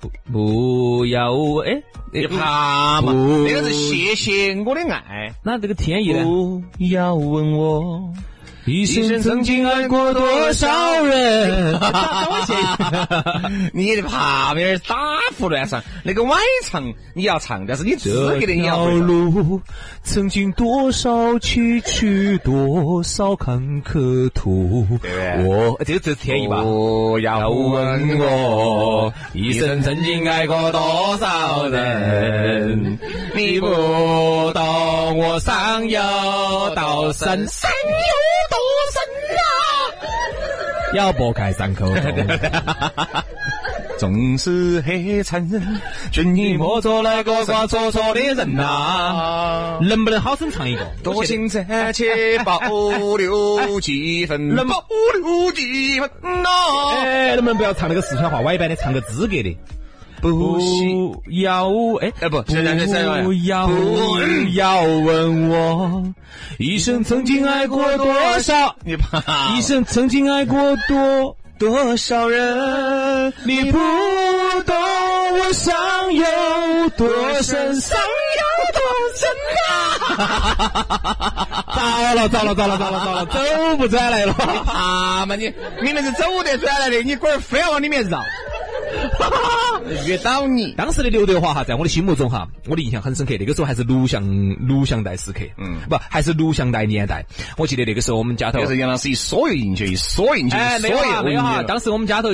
[SPEAKER 3] 不不要哎，
[SPEAKER 2] 你怕嘛？
[SPEAKER 3] 不
[SPEAKER 2] 那个是谢谢我的爱。
[SPEAKER 3] 那这个《天意》呢？
[SPEAKER 2] 不要问我
[SPEAKER 3] 一
[SPEAKER 2] 生曾
[SPEAKER 3] 经爱过
[SPEAKER 2] 多少
[SPEAKER 3] 人？
[SPEAKER 2] 你旁边打胡乱唱，那个歪唱你要唱，但是你资格的你要会唱。
[SPEAKER 3] 路曾经多少崎岖，多少坎坷途。
[SPEAKER 2] 对
[SPEAKER 3] 我这个这是天意吧？
[SPEAKER 2] 不要问我，
[SPEAKER 3] 一生曾经爱过多少 人？
[SPEAKER 2] 你不
[SPEAKER 3] 懂我上有道深，山有多深啊？要拨开伤口 洞。
[SPEAKER 2] 总是很残忍，劝你莫做那个耍
[SPEAKER 3] 做错的人啊呐、能不能好生唱一个？
[SPEAKER 2] 多情暂且保留几分，啊
[SPEAKER 3] 那么
[SPEAKER 2] 保留几分呐。
[SPEAKER 3] 哎，能不能不要唱那个四川话歪版的，唱个资格的？
[SPEAKER 2] 不惜
[SPEAKER 3] 要哎
[SPEAKER 2] 哎不是是是是
[SPEAKER 3] 不要不要问我，一生曾经爱过多少？
[SPEAKER 2] 你怕
[SPEAKER 3] 一生曾经爱过多多少人？你不懂我伤有多深，伤有多深 啊！糟了糟了糟了糟了糟了，走不转 来了！
[SPEAKER 2] 怕嘛你？你那是走得转来的，你龟儿非要往里面 绕，遇到你。
[SPEAKER 3] 当时的刘德华哈，在我的心目中哈，我的印象很深刻。那个时候还是录像录像带时刻，嗯，不，还是录像带年代。我记得那个时候我们家头
[SPEAKER 2] 就，是杨老师一缩进去，一缩进去，
[SPEAKER 3] 哎，
[SPEAKER 2] 一
[SPEAKER 3] 没有
[SPEAKER 2] 缩
[SPEAKER 3] 啊没
[SPEAKER 2] 进
[SPEAKER 3] 有哈，
[SPEAKER 2] 去。
[SPEAKER 3] 当时我们家头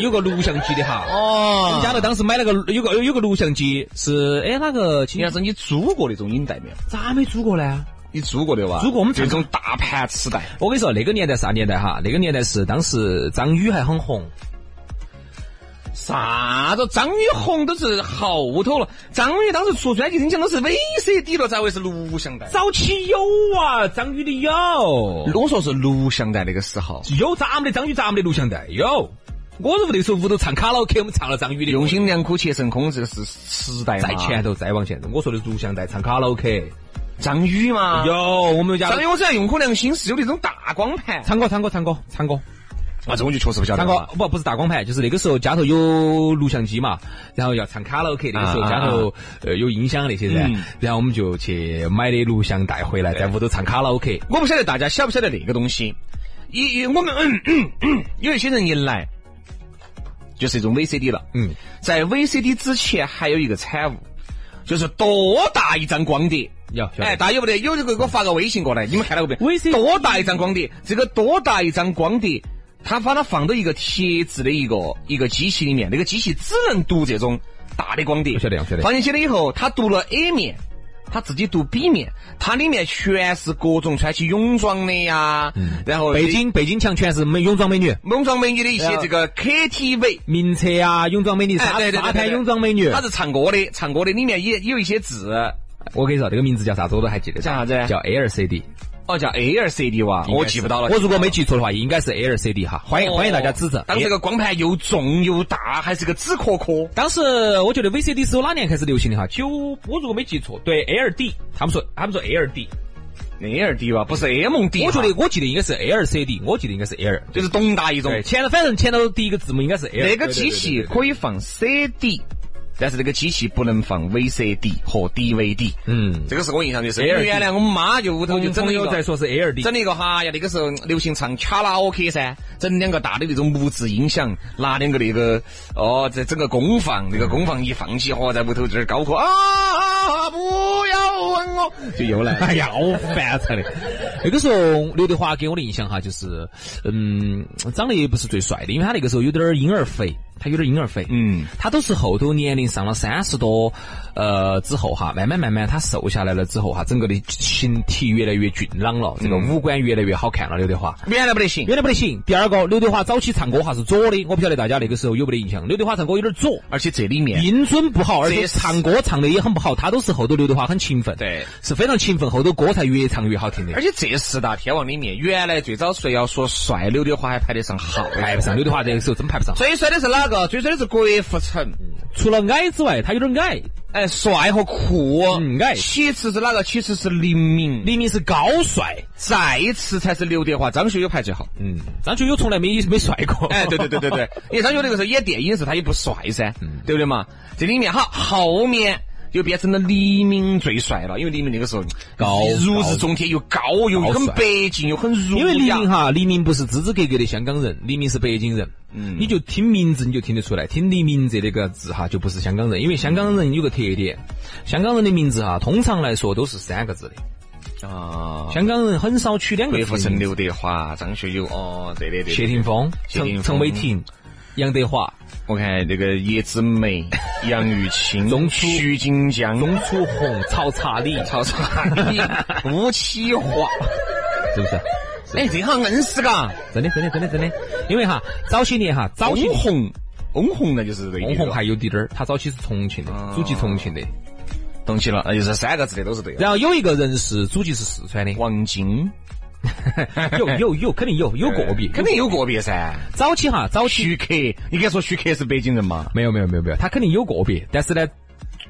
[SPEAKER 3] 有个录像机的哈， 我
[SPEAKER 2] 哦
[SPEAKER 3] 们家头当时买了个有个有个录像机，是哎哪个亲
[SPEAKER 2] 杨老师，你租过那种影带没有？
[SPEAKER 3] 咋没租过呢？
[SPEAKER 2] 你租过的吧？
[SPEAKER 3] 租过我们
[SPEAKER 2] 这种大盘磁带，
[SPEAKER 3] 我跟你说，那个年代啥年代哈？那个年代是当时张宇还很红，
[SPEAKER 2] 啥子张宇红都是后头了。张宇当时出专辑，听讲都是 VCD 了，咋会是录像带？
[SPEAKER 3] 早期有啊，张宇的有，
[SPEAKER 2] 我说是录像带那个时候，
[SPEAKER 3] 有咱们的张宇，咱们的录像带有。我是那时候屋头唱卡拉 OK，我们唱了张宇的歌
[SPEAKER 2] 用心良苦且成空，这个是时代嘛
[SPEAKER 3] 在前头，再往前头，我说的录像带唱卡拉 OK，
[SPEAKER 2] 张宇嘛，
[SPEAKER 3] 有我们家
[SPEAKER 2] 张宇，我只要用苦良心是有那种大光盘。
[SPEAKER 3] 唱歌唱歌唱歌唱歌
[SPEAKER 2] 啊，这我就确实不晓得
[SPEAKER 3] 唱
[SPEAKER 2] 了
[SPEAKER 3] 歌，不不是大光盘，就是那个时候家头有录像机嘛，然后要唱卡拉 OK，那个时候家头呃有音响那些噻
[SPEAKER 2] 嗯，
[SPEAKER 3] 然后我们就去买的录像带回来，在屋头唱卡拉 OK，
[SPEAKER 2] 我不晓得大家晓不晓得那个东西，一一我们、嗯嗯嗯、有一些人一来就是一种 VCD 了，
[SPEAKER 3] 嗯，
[SPEAKER 2] 在 VCD 之前还有一个产物。就是多大一张光碟？
[SPEAKER 3] 要晓得
[SPEAKER 2] 哎，大家有不得？有就给我发个微信过来，你们看到过没
[SPEAKER 3] VCD
[SPEAKER 2] 多大一张光碟？这个多大一张光碟？它把它放到一个铁质的一个一个机器里面，那个机器只能读这种大的光碟。
[SPEAKER 3] 我晓得我晓得
[SPEAKER 2] 放进去了以后，它读了 A 面，它自己读 B 面，它里面全是各种穿起泳装的呀，然后
[SPEAKER 3] 嗯北京啊北京墙全是美泳装美女，
[SPEAKER 2] 泳装美女的一些
[SPEAKER 3] 然后
[SPEAKER 2] 这个 KTV。
[SPEAKER 3] 名册啊，泳装美女，沙
[SPEAKER 2] 哎对对对对
[SPEAKER 3] 沙滩
[SPEAKER 2] 对
[SPEAKER 3] 泳装美女
[SPEAKER 2] 它，是唱歌的，唱歌的里面也也有一些字，
[SPEAKER 3] 我跟你说，这个名字叫啥子我都还记得，
[SPEAKER 2] 叫啥子
[SPEAKER 3] 叫 LCD。
[SPEAKER 2] 哦，叫 A L C D 哇，我记不到了。
[SPEAKER 3] 我如果没记错的话，应该是 LCD 哈，欢迎欢迎大家指正
[SPEAKER 2] 哦。当时这个光盘又重又大，还是个纸壳壳。
[SPEAKER 3] 当时我觉得 VCD 是我哪年开始流行的哈？九，我如果没记错，对 LD，他们说他们说 LD，
[SPEAKER 2] A L D 吧，不是 M D 哈。
[SPEAKER 3] 我觉得我记得应该是 LCD，我记得应该是 L。
[SPEAKER 2] 就是东大一种。
[SPEAKER 3] 对，前头反正前头第一个字母应该是 L。
[SPEAKER 2] 那个机器可以放 C D，但是那个机器不能放 V C D 和 D V D。
[SPEAKER 3] 嗯，
[SPEAKER 2] 这个是我印象最深。
[SPEAKER 3] LD
[SPEAKER 2] 原来我们妈就屋头
[SPEAKER 3] 我
[SPEAKER 2] 就
[SPEAKER 3] 们
[SPEAKER 2] 整了
[SPEAKER 3] 朋
[SPEAKER 2] 一
[SPEAKER 3] 友在
[SPEAKER 2] 个。
[SPEAKER 3] 说是 LD，
[SPEAKER 2] 整了一个哈呀，那个时候流行唱卡拉 OK 噻，整两个大的那种木质音响，拿两个那个哦，这整个功放，那个功放一放起，哦嚯，在屋头这儿高歌啊，不要问我，就又来了。
[SPEAKER 3] 哎呀，好烦才的。那个时候刘德华给我的印象哈，就是嗯，长得也不是最帅的，因为他那个时候有点儿婴儿肥，他有点儿婴儿肥。
[SPEAKER 2] 嗯，
[SPEAKER 3] 他都是后头年龄上了三十多，呃之后哈，慢慢慢慢他瘦下来了之后哈，整个的形体越来越俊朗了，
[SPEAKER 2] 嗯
[SPEAKER 3] 这个五官越来越好看了。刘德华
[SPEAKER 2] 原来不得行，
[SPEAKER 3] 原来不得行。第二个，刘德华早期唱歌哈是左的，我不晓得大家那个时候有没得印象，刘德华唱歌有点左。
[SPEAKER 2] 而且这里面
[SPEAKER 3] 音准不好，而且
[SPEAKER 2] 这是
[SPEAKER 3] 唱歌唱的也很不好，他都是后头刘德华很勤奋，
[SPEAKER 2] 对，
[SPEAKER 3] 是非常勤奋，后头歌才越唱越好听的
[SPEAKER 2] 而。且这四大天王里面，原来最早说要说帅，刘德华还排得上号，
[SPEAKER 3] 排不上，刘德华这个时候真排不上。
[SPEAKER 2] 最帅的是哪个？最帅的是郭富城，
[SPEAKER 3] 除了矮之外，他有点矮，
[SPEAKER 2] 哎，帅和酷，
[SPEAKER 3] 嗯哎
[SPEAKER 2] 其次是哪个？其次是黎明，
[SPEAKER 3] 黎明是高帅，
[SPEAKER 2] 再次才是刘德华，张学友排最后。
[SPEAKER 3] 嗯，张学友从来没没帅过。
[SPEAKER 2] 哎，对对对
[SPEAKER 3] 嗯
[SPEAKER 2] 对对，因为张学友那个时候演电影时他也不帅噻，对不对嘛？这里面哈后面又变成了黎明最帅了，因为黎明那个时候
[SPEAKER 3] 高
[SPEAKER 2] 如日中天，又高又
[SPEAKER 3] 高
[SPEAKER 2] 很
[SPEAKER 3] 帅
[SPEAKER 2] 白净，又很儒雅。
[SPEAKER 3] 因为黎明哈，黎明不是支支格格的香港人，黎明是北京人。嗯，你就听名字你就听得出来，听黎明这那个字哈，就不是香港人。因为香港人有个特点，香港人的名字哈，通常来说都是三个字的，
[SPEAKER 2] 啊，
[SPEAKER 3] 香港人很少取两个
[SPEAKER 2] 郭
[SPEAKER 3] 字
[SPEAKER 2] 富
[SPEAKER 3] 的
[SPEAKER 2] 城、
[SPEAKER 3] 名字。
[SPEAKER 2] 刘德华、张学友，哦，对的对的。
[SPEAKER 3] 谢霆锋、
[SPEAKER 2] 谢霆
[SPEAKER 3] 陈
[SPEAKER 2] 锋
[SPEAKER 3] 陈伟霆、杨德华、
[SPEAKER 2] 我看这个叶子梅、杨钰青、
[SPEAKER 3] 钟楚
[SPEAKER 2] 徐锦江、
[SPEAKER 3] 钟楚红、曹查理，
[SPEAKER 2] 曹操、吴启华。
[SPEAKER 3] 是不是？
[SPEAKER 2] 哎，这好硬是嘎，
[SPEAKER 3] 真的，真的，真的，真的。因为哈，早些年哈，早些
[SPEAKER 2] 翁
[SPEAKER 3] 年
[SPEAKER 2] 虹，翁虹那就是对的。
[SPEAKER 3] 翁虹还有滴点儿，他早期是重庆的，
[SPEAKER 2] 啊
[SPEAKER 3] 祖籍重庆的。
[SPEAKER 2] 懂起了，那就是三个字的都是对的。
[SPEAKER 3] 然后有一个人是祖籍是四川的，
[SPEAKER 2] 王晶，
[SPEAKER 3] 有有有，肯定有有个别，
[SPEAKER 2] 哎肯定有个别噻。
[SPEAKER 3] 早期哈，早期
[SPEAKER 2] 徐克，你敢说徐克是北京人吗？
[SPEAKER 3] 没有没有没有没有，他肯定有个别，但是呢，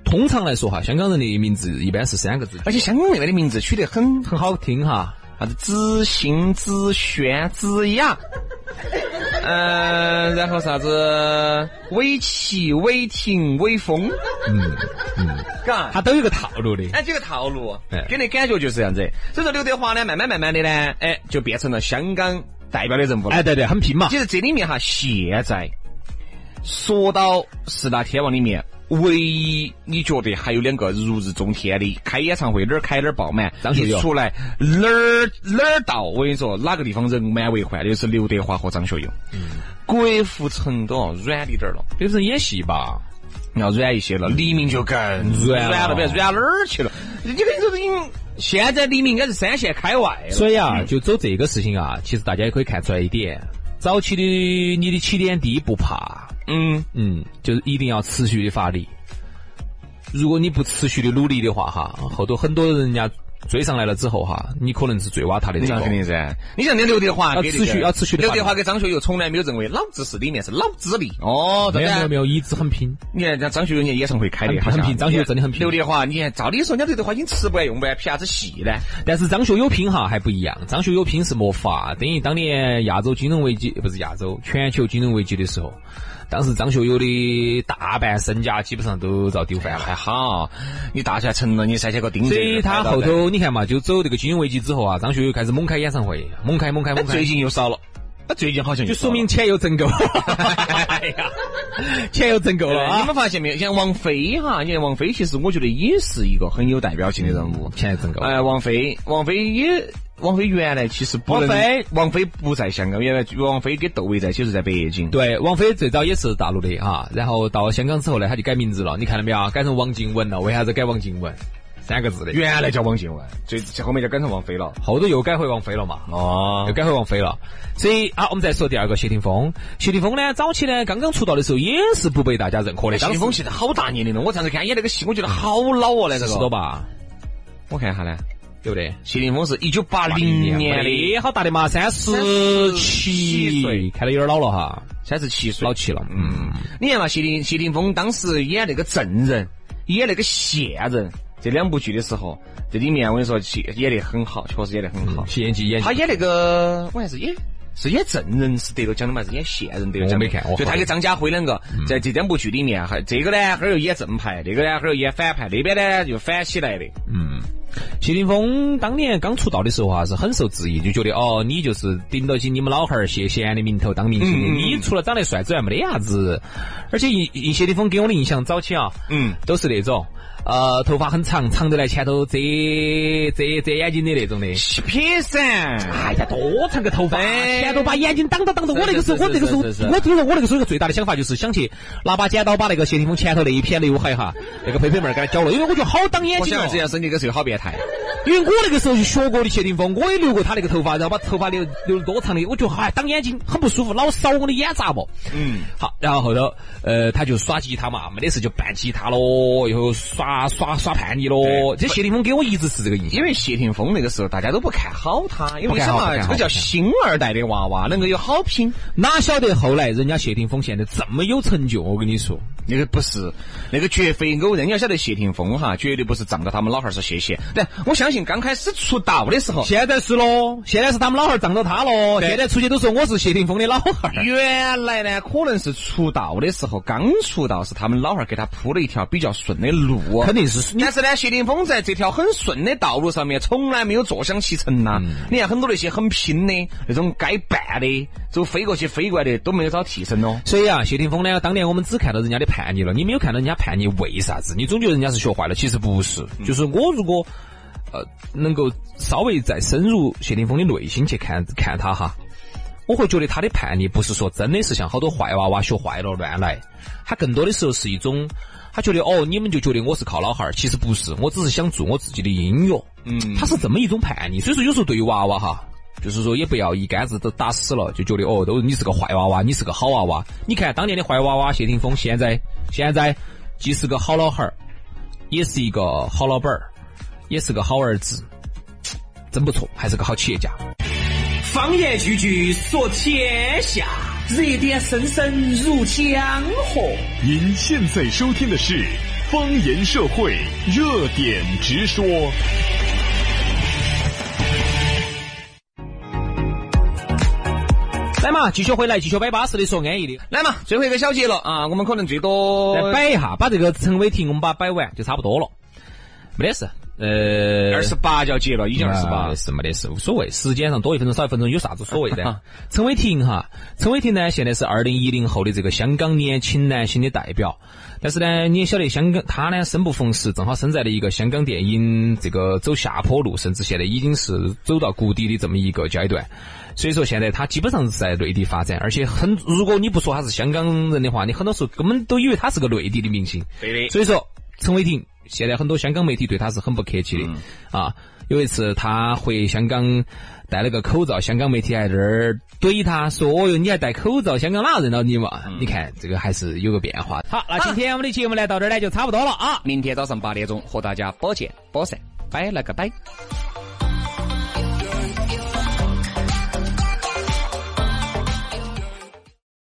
[SPEAKER 3] 通常来说哈，香港人的名字一般是三个字，
[SPEAKER 2] 而且香港那边的名字取得很，
[SPEAKER 3] 很好听哈。
[SPEAKER 2] 啥子子欣、子轩、子 雅，嗯、然后啥子韦奇、韦霆、韦峰，嗯嗯，嘎，
[SPEAKER 3] 他都有个套路的，
[SPEAKER 2] 哎，这个套路
[SPEAKER 3] 哎，
[SPEAKER 2] 给你感觉就是这样子。所以说刘德华呢，慢慢慢慢的呢，哎，就变成了香港代表的人物了。
[SPEAKER 3] 哎，对对，很拼嘛。
[SPEAKER 2] 其实这里面哈，现在说到四大天王里面，唯一你觉得还有两个如日中天的，开演唱会哪儿开哪儿爆满，
[SPEAKER 3] 张学友
[SPEAKER 2] 一出来哪儿哪儿到，我跟你说哪个地方人满为患的就是刘德华和张学友。
[SPEAKER 3] 嗯
[SPEAKER 2] 郭富城都要软一点儿了，
[SPEAKER 3] 有人演戏吧，
[SPEAKER 2] 要软一些了。黎明就更
[SPEAKER 3] 软了
[SPEAKER 2] 软了，不要软哪儿去了？你这个都已经现在黎明应该是三线开外了。
[SPEAKER 3] 所以啊，就走这个事情啊，其实大家也可以看出来一点，早期的你的起点低不怕，
[SPEAKER 2] 嗯，
[SPEAKER 3] 嗯，就是一定要持续的发力。如果你不持续的努力的话，哈，后头很多人家追上来了之后，哈，你可能是最挖他的
[SPEAKER 2] 你
[SPEAKER 3] 这
[SPEAKER 2] 想肯定
[SPEAKER 3] 个。
[SPEAKER 2] 噻，你像那刘德华
[SPEAKER 3] 要
[SPEAKER 2] 给那个
[SPEAKER 3] 持续要持续地
[SPEAKER 2] 刘
[SPEAKER 3] 发
[SPEAKER 2] 德
[SPEAKER 3] 展
[SPEAKER 2] 华跟张学友从来没有认为老子是里面是老子力哦，
[SPEAKER 3] 没
[SPEAKER 2] 真
[SPEAKER 3] 有
[SPEAKER 2] 的
[SPEAKER 3] 没有没有，一直很拼。
[SPEAKER 2] 你看人家张学友人家演唱会开的
[SPEAKER 3] 很很拼张学友真的很拼
[SPEAKER 2] 刘德华，你看照理说人家刘德华已经吃不完用不完，凭啥子戏呢？
[SPEAKER 3] 但是张学友拼哈还不一样，张学友拼是没法，等于当年亚洲金融危机不是亚洲全球金融危机的时候，当时张学友的大半身家基本上都遭丢翻了。
[SPEAKER 2] 还好，你大下成了，你三千个钉子。
[SPEAKER 3] 所以他后头你看嘛，就走这个金融危机之后啊，张学友开始猛开演唱会，猛开猛开
[SPEAKER 2] 哎
[SPEAKER 3] 猛开，
[SPEAKER 2] 最近又 少了，那最近好像
[SPEAKER 3] 就
[SPEAKER 2] 又少
[SPEAKER 3] 说
[SPEAKER 2] 了
[SPEAKER 3] 明钱又挣 够了。哎呀，钱又挣够了
[SPEAKER 2] 对你
[SPEAKER 3] 啊！
[SPEAKER 2] 们发现没有？像王菲哈，你看王菲，其实我觉得也是一个很有代表性的人物。
[SPEAKER 3] 钱又挣够了。
[SPEAKER 2] 哎，王菲，王菲也，王菲原来其实不能
[SPEAKER 3] 王菲，
[SPEAKER 2] 王菲不在香港，原来王菲跟窦唯在一起是在北京。，
[SPEAKER 3] 对，王菲最早也是大陆的哈，然后到香港之后呢，她就改名字了，你看到没有？啊改成王静雯了。为啥子改王静雯？三个字的。
[SPEAKER 2] 原来叫王静雯，最后面就改成王菲了。
[SPEAKER 3] 后头又改回王菲了嘛，
[SPEAKER 2] 哦
[SPEAKER 3] 又，改回王菲了。所以啊，我们再说第二个谢霆锋。谢霆锋呢，早期呢刚刚出道的时候也是不被大家认可的，
[SPEAKER 2] 哎谢
[SPEAKER 3] 当
[SPEAKER 2] 霆
[SPEAKER 3] 时
[SPEAKER 2] 锋现在好大年龄了，我上次看演那个戏，我觉得好老哦，那个
[SPEAKER 3] 四十多？吧，
[SPEAKER 2] 我看一下呢，
[SPEAKER 3] 对不对？
[SPEAKER 2] 谢霆锋是一九八零年的，
[SPEAKER 3] 的，好大的嘛，三十七岁，看得有点老了哈，
[SPEAKER 2] 三十七岁
[SPEAKER 3] 老。气了。嗯，
[SPEAKER 2] 你看嘛，谢霆谢霆锋当时演那个证人，演那个线人这两部剧的时候，这里面我跟你说，戏演得很好，确实演得很好。
[SPEAKER 3] 演技演技
[SPEAKER 2] 他，演那个，我还是演是演证人是得了奖的嘛，还是演线人得了奖的？
[SPEAKER 3] 我没看我
[SPEAKER 2] 就他
[SPEAKER 3] 好嗯
[SPEAKER 2] 跟张家辉两个在这两部剧里面，还这个呢，哈儿又演正派，那个呢，哈儿又演反派，那边呢又反起来的。
[SPEAKER 3] 嗯。谢霆锋当年刚出道的时候啊，是很受质疑，就觉得哦，你就是顶得起你们老汉儿谢贤的名头当明星的，
[SPEAKER 2] 嗯嗯嗯
[SPEAKER 3] 你除了长得帅之外没得啥子。而且以以谢霆锋给我的印象，早期啊，
[SPEAKER 2] 嗯，
[SPEAKER 3] 都是那种呃头发很长，长得来前头遮遮遮眼睛的那种的。
[SPEAKER 2] 撇噻，
[SPEAKER 3] 哎呀，多长个头发，
[SPEAKER 2] 哎
[SPEAKER 3] 前头把眼睛挡到挡到。我那个时候，我那个时候，
[SPEAKER 2] 是是是是
[SPEAKER 3] 我听说我那个时候一个最大的想法就是想去拿把剪刀把那个谢霆锋前头那一片刘海哈，那个佩佩妹儿给他绞了，因为我觉得好挡眼
[SPEAKER 2] 我
[SPEAKER 3] 睛
[SPEAKER 2] 想
[SPEAKER 3] 哦
[SPEAKER 2] 这。样生这个时候好变态。
[SPEAKER 3] 因为我那个时候就学过的谢霆锋，我也留过他那个头发，然后把头发留留得多长的，我觉得哎挡眼睛很不舒服，老扫我的眼杂毛。
[SPEAKER 2] 嗯，
[SPEAKER 3] 好，然后后头，呃，他就耍吉他嘛，没得事就扮吉他咯，以后耍耍耍叛逆咯。这谢霆锋给我一直是这个印象
[SPEAKER 2] 因。为哎谢霆锋那个时候大家都不看好他，因为
[SPEAKER 3] 不
[SPEAKER 2] 你
[SPEAKER 3] 看
[SPEAKER 2] 想
[SPEAKER 3] 好不
[SPEAKER 2] 嘛，
[SPEAKER 3] 看
[SPEAKER 2] 这
[SPEAKER 3] 好
[SPEAKER 2] 个叫
[SPEAKER 3] 不看好
[SPEAKER 2] 新二代的娃娃能够有好拼，
[SPEAKER 3] 哪晓得后来人家谢霆锋现在这么有成就，我跟你说，
[SPEAKER 2] 那个不是，那个绝非偶然。你要晓得谢霆锋哈，绝对不是仗着他们老汉儿是谢谢。但我相信刚开始出道的时候，
[SPEAKER 3] 现在是咯，现在是他们老汉儿仗着他咯，
[SPEAKER 2] 对
[SPEAKER 3] 现在出去都说我是谢霆锋的老汉儿。
[SPEAKER 2] 原来呢可能是出道的时候，刚出道是他们老汉儿给他铺了一条比较顺的路，哦
[SPEAKER 3] 肯定是
[SPEAKER 2] 但是呢，谢霆锋在这条很顺的道路上面，从来没有坐享其成呐、
[SPEAKER 3] 嗯
[SPEAKER 2] 你看很多那些很拼的那种该办的，就飞过去飞过来的都没有找替身哦。
[SPEAKER 3] 所以啊，谢霆锋呢，当年我们只看到人家的叛逆了，你没有看到人家叛逆为啥子？你总觉得人家是学坏了，其实不是。就是我如果呃能够稍微再深入谢霆锋的内心去看看他哈，我会觉得他的叛逆不是说真的是像好多坏娃娃学坏了乱来，他更多的时候是一种。他觉得哦，你们就觉得我是靠老汉儿，其实不是，我只是想做我自己的音乐。嗯，他是这么一种叛逆，所以说有时候对于娃娃哈，就是说也不要一竿子都打死了，就觉得哦，都你是个坏娃娃，你是个好娃娃。你看当年的坏娃娃谢霆锋，现在现在既是个好老汉儿，也是一个好老板儿，也是个好儿子，真不错，还是个好企业家。
[SPEAKER 1] 方言句句说天下，热点声声入江河。
[SPEAKER 4] 您现在收听的是方言社会热点直说。
[SPEAKER 3] 来嘛，继续回来，继续摆巴适的说安逸的。
[SPEAKER 2] 来嘛，最后一个小节了啊，我们可能最多
[SPEAKER 3] 来摆一下，把这个陈伟霆我们把它摆完就差不多了，没得事。呃，
[SPEAKER 2] 二十八就要结了，已经二十八
[SPEAKER 3] 啊，是没得事，无所谓。时间上多一分钟少一分钟有啥子所谓的？陈伟霆哈，陈伟霆呢，现在是二零一零后的这个香港年轻男星的代表。但是呢，你也晓得，香港他呢生不逢时，正好生在了一个香港电影这个走下坡路，甚至现在已经是走到谷底的这么一个阶段。所以说，现在他基本上是在内地发展，而且很，如果你不说他是香港人的话，你很多时候根本都以为他是个内地的明星。
[SPEAKER 2] 对的。
[SPEAKER 3] 所以说，陈伟霆现在很多香港媒体对他是很不客气的、
[SPEAKER 2] 嗯
[SPEAKER 3] 啊。有一次他回香港戴了个口罩，香港媒体还在那儿怼他说：“哦哟，你还戴口罩，香港哪认到你嘛？”你看这个还是有个变化。嗯好，那今天我们的节目呢到这儿呢就差不多了啊。
[SPEAKER 2] 明天早上八点钟和大家不见不散，拜了个拜。